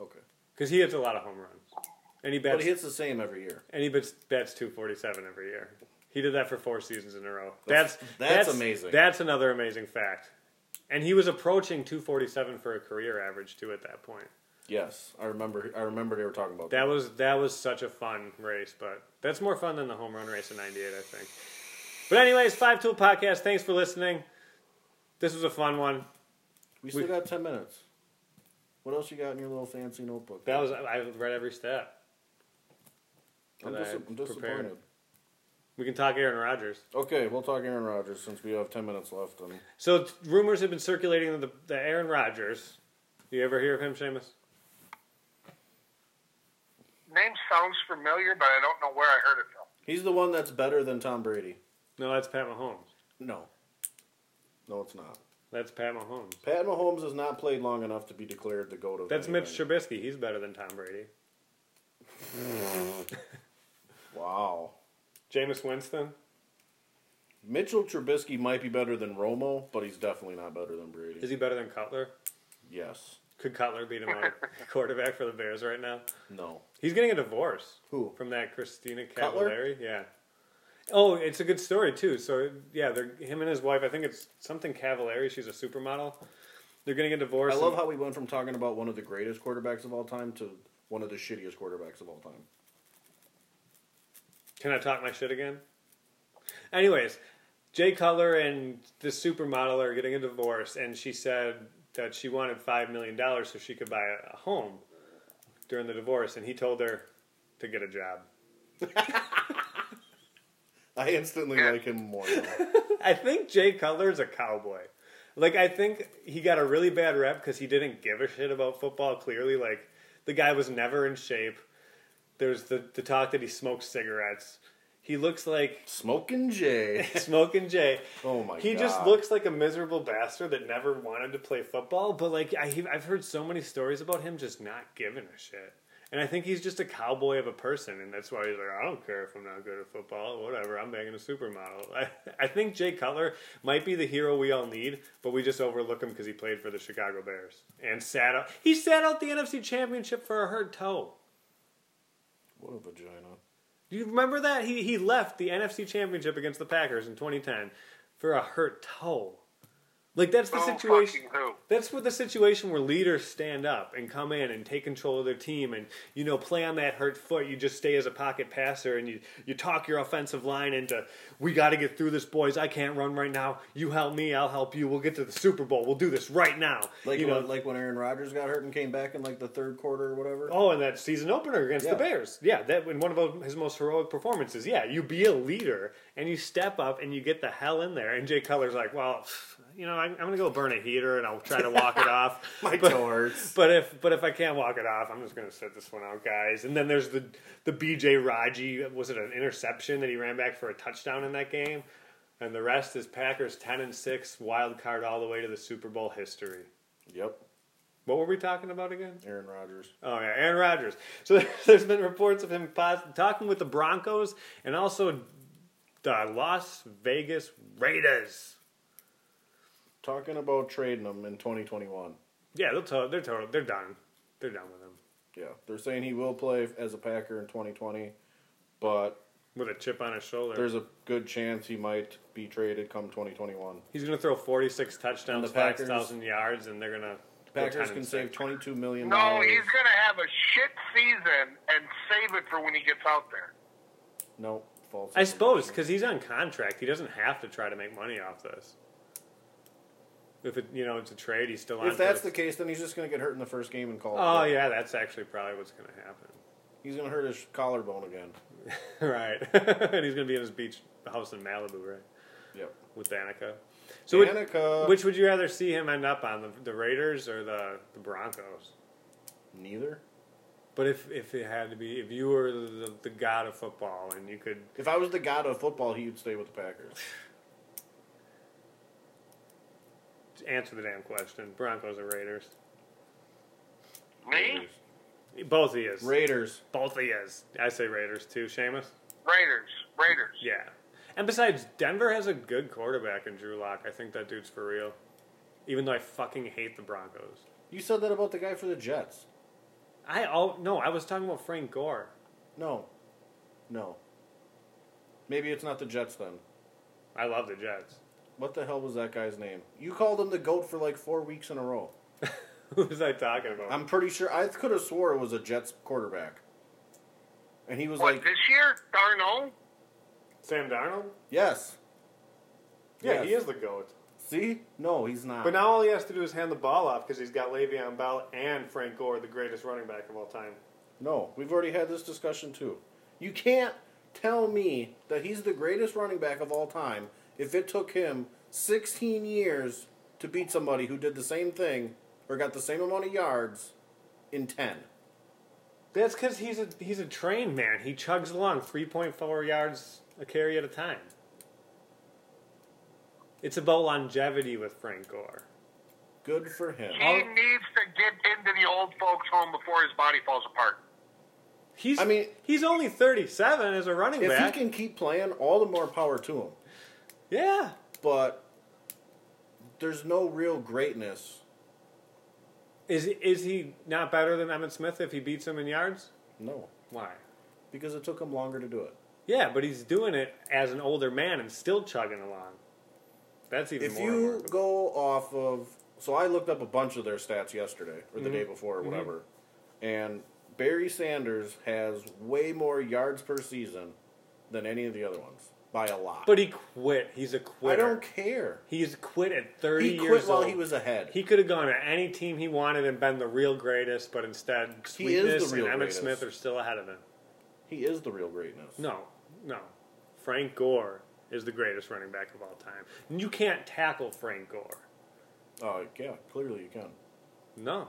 Speaker 3: Okay,
Speaker 1: because he hits a lot of home runs, and he
Speaker 3: but
Speaker 1: bats
Speaker 3: he hits the same every year.
Speaker 1: and he bats, bats 247 every year. He did that for four seasons in a row. That's
Speaker 3: That's-
Speaker 1: that's,
Speaker 3: that's amazing.
Speaker 1: That's another amazing fact. And he was approaching 247 for a career average too at that point.
Speaker 3: Yes, I remember. I remember they were talking about
Speaker 1: That was that was such a fun race, but that's more fun than the home run race in '98, I think. But anyways, Five Tool Podcast. Thanks for listening. This was a fun one.
Speaker 3: We still
Speaker 1: we-
Speaker 3: got ten minutes. What else you got in your little fancy notebook?
Speaker 1: That was I read every step.
Speaker 3: I'm,
Speaker 1: that I
Speaker 3: dis- I'm
Speaker 1: prepared.
Speaker 3: disappointed.
Speaker 1: We can talk Aaron Rodgers.
Speaker 3: Okay, we'll talk Aaron Rodgers since we have ten minutes left. And
Speaker 1: So t- rumors have been circulating that the, that Aaron Rodgers. You ever hear of him, Seamus?
Speaker 2: Name sounds familiar, but I don't know where I heard it from.
Speaker 3: he's the one that's better than Tom Brady.
Speaker 1: No, that's Pat Mahomes.
Speaker 3: No, no, it's not.
Speaker 1: That's Pat Mahomes.
Speaker 3: Pat Mahomes has not played long enough to be declared the goat of.
Speaker 1: That's Mitch
Speaker 3: anything.
Speaker 1: Trubisky. He's better than Tom Brady.
Speaker 3: Wow.
Speaker 1: Jameis Winston.
Speaker 3: Mitchell Trubisky might be better than Romo, but he's definitely not better than Brady.
Speaker 1: Is he better than Cutler?
Speaker 3: yes.
Speaker 1: Could Cutler beat him on quarterback for the Bears right now?
Speaker 3: No.
Speaker 1: He's getting a divorce.
Speaker 3: Who?
Speaker 1: From that Christina
Speaker 3: Cutler?
Speaker 1: Cavallari. Yeah. Oh, it's a good story too. So yeah, they're him and his wife. I think it's something Cavallari. She's a supermodel. They're getting a divorce.
Speaker 3: I
Speaker 1: and-
Speaker 3: love how we went from talking about one of the greatest quarterbacks of all time to one of the shittiest quarterbacks of all time.
Speaker 1: Can I talk my shit again? Anyways, Jay Cutler and the supermodel are getting a divorce, and she said that she wanted $5 million so she could buy a- a home during the divorce, and he told her to get a job.
Speaker 3: I instantly like him more. now.
Speaker 1: I think Jay Cutler is a cowboy. Like, I think he got a really bad rep because he didn't give a shit about football, clearly. Like, the guy was never in shape. There's the, the talk that he smokes cigarettes. He looks like
Speaker 3: Smoking Jay.
Speaker 1: Smoking Jay.
Speaker 3: Oh my
Speaker 1: He just
Speaker 3: God.
Speaker 1: looks like a miserable bastard that never wanted to play football. But like I, I've heard so many stories about him just not giving a shit. And I think he's just a cowboy of a person, and that's why he's like, I don't care if I'm not good at football, whatever. I'm banging a supermodel. I, I think Jay Cutler might be the hero we all need, but we just overlook him because he played for the Chicago Bears and sat out. He sat out the NFC Championship for a hurt toe.
Speaker 3: What a vagina.
Speaker 1: Do you remember that? He he left the NFC Championship against the Packers in 2010 for a hurt toe. Like that's the
Speaker 2: Who
Speaker 1: situation.
Speaker 2: Oh, fucking who?
Speaker 1: That's what the situation where leaders stand up and come in and take control of their team and you know play on that hurt foot. You just stay as a pocket passer and you you talk your offensive line into we got to get through this, boys. I can't run right now. You help me, I'll help you. We'll get to the Super Bowl. We'll do this right now.
Speaker 3: Like
Speaker 1: you
Speaker 3: when, like when Aaron Rodgers got hurt and came back in like the third quarter or whatever.
Speaker 1: Oh, and that season opener against
Speaker 3: Yeah.
Speaker 1: the Bears. Yeah, that in one of his most heroic performances. Yeah, you be a leader and you step up and you get the hell in there. And Jay Cutler's like, well, you know, I'm, I'm gonna go burn a heater and I'll try to walk it off.
Speaker 3: My
Speaker 1: But-
Speaker 3: toe hurts.
Speaker 1: But if but if I can't walk it off, I'm just gonna sit this one out, guys. And then there's the the BJ Raji. Was it an interception that he ran back for a touchdown in that game? And the rest is Packers ten and six, wild card all the way to the Super Bowl history.
Speaker 3: Yep.
Speaker 1: What were we talking about again?
Speaker 3: Aaron Rodgers.
Speaker 1: Oh yeah, Aaron Rodgers. So there's been reports of him pos- talking with the Broncos and also the Las Vegas Raiders.
Speaker 3: Talking about trading him in 2021.
Speaker 1: Yeah, they'll to- they're total. They're done. They're done with him
Speaker 3: Yeah. They're saying he will play as a Packer in 2020, but
Speaker 1: with a chip on his shoulder.
Speaker 3: there's a good chance he might be traded come 2021.
Speaker 1: He's gonna throw 46 touchdowns,
Speaker 3: the Packers-
Speaker 1: 5,000 yards, and they're gonna. go 10
Speaker 3: Packers
Speaker 1: and
Speaker 3: can
Speaker 1: six.
Speaker 3: save 22 million.
Speaker 2: No, he's gonna have a shit season and save it for when he gets out there.
Speaker 3: No, false.
Speaker 1: I suppose because he's on contract, he doesn't have to try to make money off this. If it, you know, it's a trade, he's still on.
Speaker 3: If
Speaker 1: for
Speaker 3: that's the
Speaker 1: this-
Speaker 3: case, then he's just going to get hurt in the first game and call. it
Speaker 1: oh
Speaker 3: good.
Speaker 1: yeah, that's actually probably what's gonna happen.
Speaker 3: He's going to hurt his collarbone again.
Speaker 1: Right. and he's going to be in his beach house in Malibu, right?
Speaker 3: Yep.
Speaker 1: With Danica. So which-
Speaker 3: Danica.
Speaker 1: Which, would you rather see him end up on, the, the Raiders or the, the Broncos?
Speaker 3: Neither.
Speaker 1: But if, if it had to be, if you were the, the god of football and you could,
Speaker 3: If I was the god of football, he'd stay with the Packers.
Speaker 1: answer the damn question, Broncos or Raiders?
Speaker 2: Me?
Speaker 1: Both of yous.
Speaker 3: Raiders.
Speaker 1: Both of yous. I say Raiders too. Seamus?
Speaker 2: Raiders. Raiders.
Speaker 1: Yeah. And besides, Denver has a good quarterback in Drew Lock. I think that dude's for real. Even though I fucking hate the Broncos.
Speaker 3: You said that about the guy for the Jets.
Speaker 1: I all no, I was talking about Frank Gore.
Speaker 3: No. No. Maybe it's not the Jets then.
Speaker 1: I love the Jets.
Speaker 3: What the hell was that guy's name? You called him the GOAT for like four weeks in a row.
Speaker 1: Who was I talking about?
Speaker 3: I'm pretty sure I could have swore it was a Jets quarterback, and he was
Speaker 2: What
Speaker 3: like,
Speaker 2: this year? Darno?
Speaker 1: Sam Darnold?
Speaker 3: "Yes,
Speaker 1: Yeah,
Speaker 3: Yes.
Speaker 1: he is the GOAT.
Speaker 3: see, no, he's not."
Speaker 1: But now all he has to do is hand the ball off because he's got Le'Veon Bell and Frank Gore, the greatest running back of all time.
Speaker 3: no, we've already had this discussion too. You can't tell me that he's the greatest running back of all time if it took him 16 years to beat somebody who did the same thing or got the same amount of yards in 10.
Speaker 1: That's because he's a he's a trained man. He chugs along three point four yards a carry at a time. It's about longevity with Frank Gore.
Speaker 3: Good for him.
Speaker 2: He needs to get into the old folks' home before his body falls apart.
Speaker 1: He's
Speaker 3: I mean-
Speaker 1: he's only thirty seven as a running
Speaker 3: If he
Speaker 1: back.
Speaker 3: can keep playing, all the more power to him.
Speaker 1: yeah,
Speaker 3: But there's no real greatness.
Speaker 1: is is he not better than Emmett Smith if he beats him in yards?
Speaker 3: No,
Speaker 1: Why?
Speaker 3: because it took him longer to do it.
Speaker 1: Yeah, but he's doing it as an older man and still chugging along. That's even
Speaker 3: If
Speaker 1: more.
Speaker 3: you
Speaker 1: remarkable.
Speaker 3: go off of, so I looked up a bunch of their stats yesterday or
Speaker 1: Mm-hmm.
Speaker 3: the day before or whatever, and Barry Sanders has way more yards per season than any of the other ones by a lot.
Speaker 1: but he quit. He's a quitter.
Speaker 3: I don't care.
Speaker 1: He's quit at thirty
Speaker 3: He
Speaker 1: years
Speaker 3: quit while
Speaker 1: old.
Speaker 3: he was ahead.
Speaker 1: He could have gone to any team he wanted and been the real greatest, but instead,
Speaker 3: He is the
Speaker 1: Sweetness and
Speaker 3: real
Speaker 1: Emmett
Speaker 3: greatest.
Speaker 1: Smith are still ahead of him.
Speaker 3: He is the real greatness.
Speaker 1: No, no. Frank Gore is the greatest running back of all time. You can't tackle Frank Gore.
Speaker 3: Oh yeah, clearly you can.
Speaker 1: No.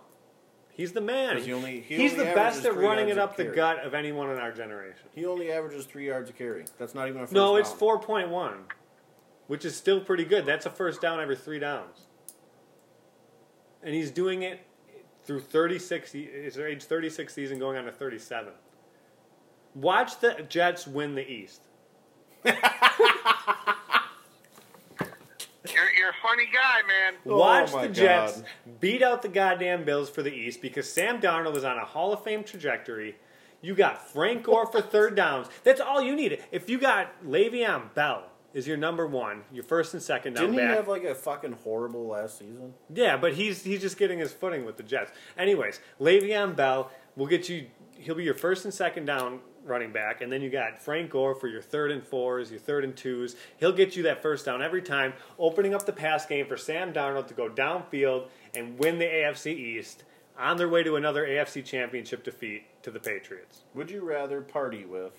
Speaker 1: He's the man.
Speaker 3: 'Cause he only- he
Speaker 1: He's
Speaker 3: only
Speaker 1: the
Speaker 3: averages
Speaker 1: best at
Speaker 3: three
Speaker 1: running
Speaker 3: yards
Speaker 1: it
Speaker 3: a
Speaker 1: up the
Speaker 3: carry.
Speaker 1: gut of anyone in our generation.
Speaker 3: He only averages three yards a carry. That's not even a first
Speaker 1: No, it's
Speaker 3: down.
Speaker 1: 4.1, which is still pretty good. That's a first down every three downs. And he's doing it through 36, ye- his age 36 season going on to 37. Watch the Jets win the East.
Speaker 2: You're, you're a funny guy, man.
Speaker 3: Oh
Speaker 1: Watch
Speaker 3: my
Speaker 1: the Jets
Speaker 3: God.
Speaker 1: beat out the goddamn Bills for the East because Sam Darnold is on a Hall of Fame trajectory. You got Frank Gore for third downs. That's all you need. If you got Le'Veon Bell is your number one, your first and second down
Speaker 3: Didn't he
Speaker 1: back.
Speaker 3: have like a fucking horrible last season?
Speaker 1: Yeah, but he's he's just getting his footing with the Jets. Anyways, Le'Veon Bell will get you. He'll be your first and second down running back, and then you got Frank Gore for your third and fours, your third and twos. He'll get you that first down every time, opening up the pass game for Sam Darnold to go downfield and win the AFC East on their way to another AFC Championship defeat to the Patriots.
Speaker 3: Would you rather party with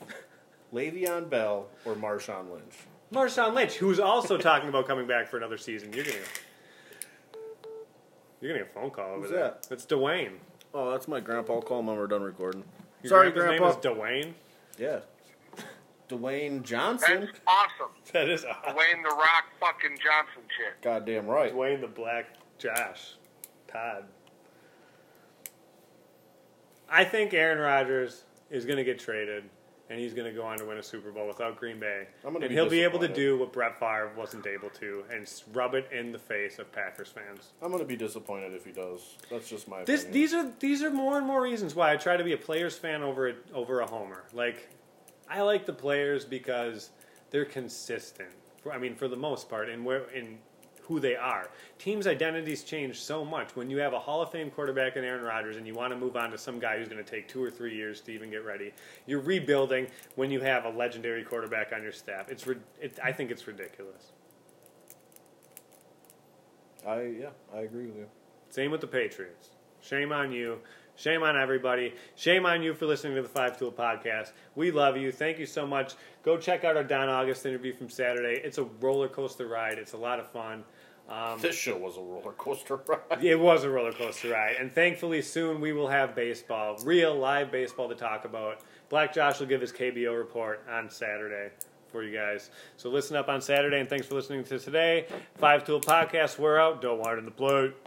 Speaker 3: Le'Veon Bell or Marshawn Lynch?
Speaker 1: Marshawn Lynch, who's also talking about coming back for another season, you're gonna you're gonna get a phone call over
Speaker 3: Who's
Speaker 1: there.
Speaker 3: that?
Speaker 1: It's Dwayne.
Speaker 3: Oh, that's my grandpa. I'll call him when we're done recording.
Speaker 1: Your
Speaker 3: Sorry,
Speaker 1: grandpa's
Speaker 3: grandpa.
Speaker 1: name is Dwayne.
Speaker 3: yeah. Dwayne
Speaker 2: That's
Speaker 3: Johnson.
Speaker 2: awesome.
Speaker 1: That is awesome.
Speaker 2: Wayne the Rock fucking Johnson shit.
Speaker 3: Goddamn right.
Speaker 1: Dwayne the Black Josh Todd. I think Aaron Rodgers is going to get traded, and he's going to go on to win a Super Bowl without Green Bay.
Speaker 3: I'm gonna
Speaker 1: and
Speaker 3: be
Speaker 1: he'll be able to
Speaker 3: disappointed.
Speaker 1: do what Brett Favre wasn't able to, and s- rub it in the face of Packers fans.
Speaker 3: I'm gonna be disappointed if he does. That's just my
Speaker 1: This,
Speaker 3: opinion.
Speaker 1: these are these are more and more reasons why I try to be a players fan over a, over a homer. Like, I like the players because they're consistent. For, I mean, for the most part, in where in who they are. Teams' identities change so much when you have a Hall of Fame quarterback in Aaron Rodgers, and you want to move on to some guy who's going to take two or three years to even get ready. You're rebuilding when you have a legendary quarterback on your staff. It's rid- it, I think it's ridiculous.
Speaker 3: I yeah, I agree with you.
Speaker 1: Same with the Patriots. Shame on you. Shame on everybody. Shame on you for listening to the Five Tool Podcast. We love you. Thank you so much. Go check out our Don August interview from Saturday. It's a roller coaster ride. It's a lot of fun. Um,
Speaker 3: This show was a roller coaster ride.
Speaker 1: it was a roller coaster ride, and thankfully soon we will have baseball, real live baseball to talk about. Black Josh will give his KBO report on Saturday for you guys. So listen up on Saturday, and thanks for listening to today. Five Tool Podcast. We're out. Don't water the plate.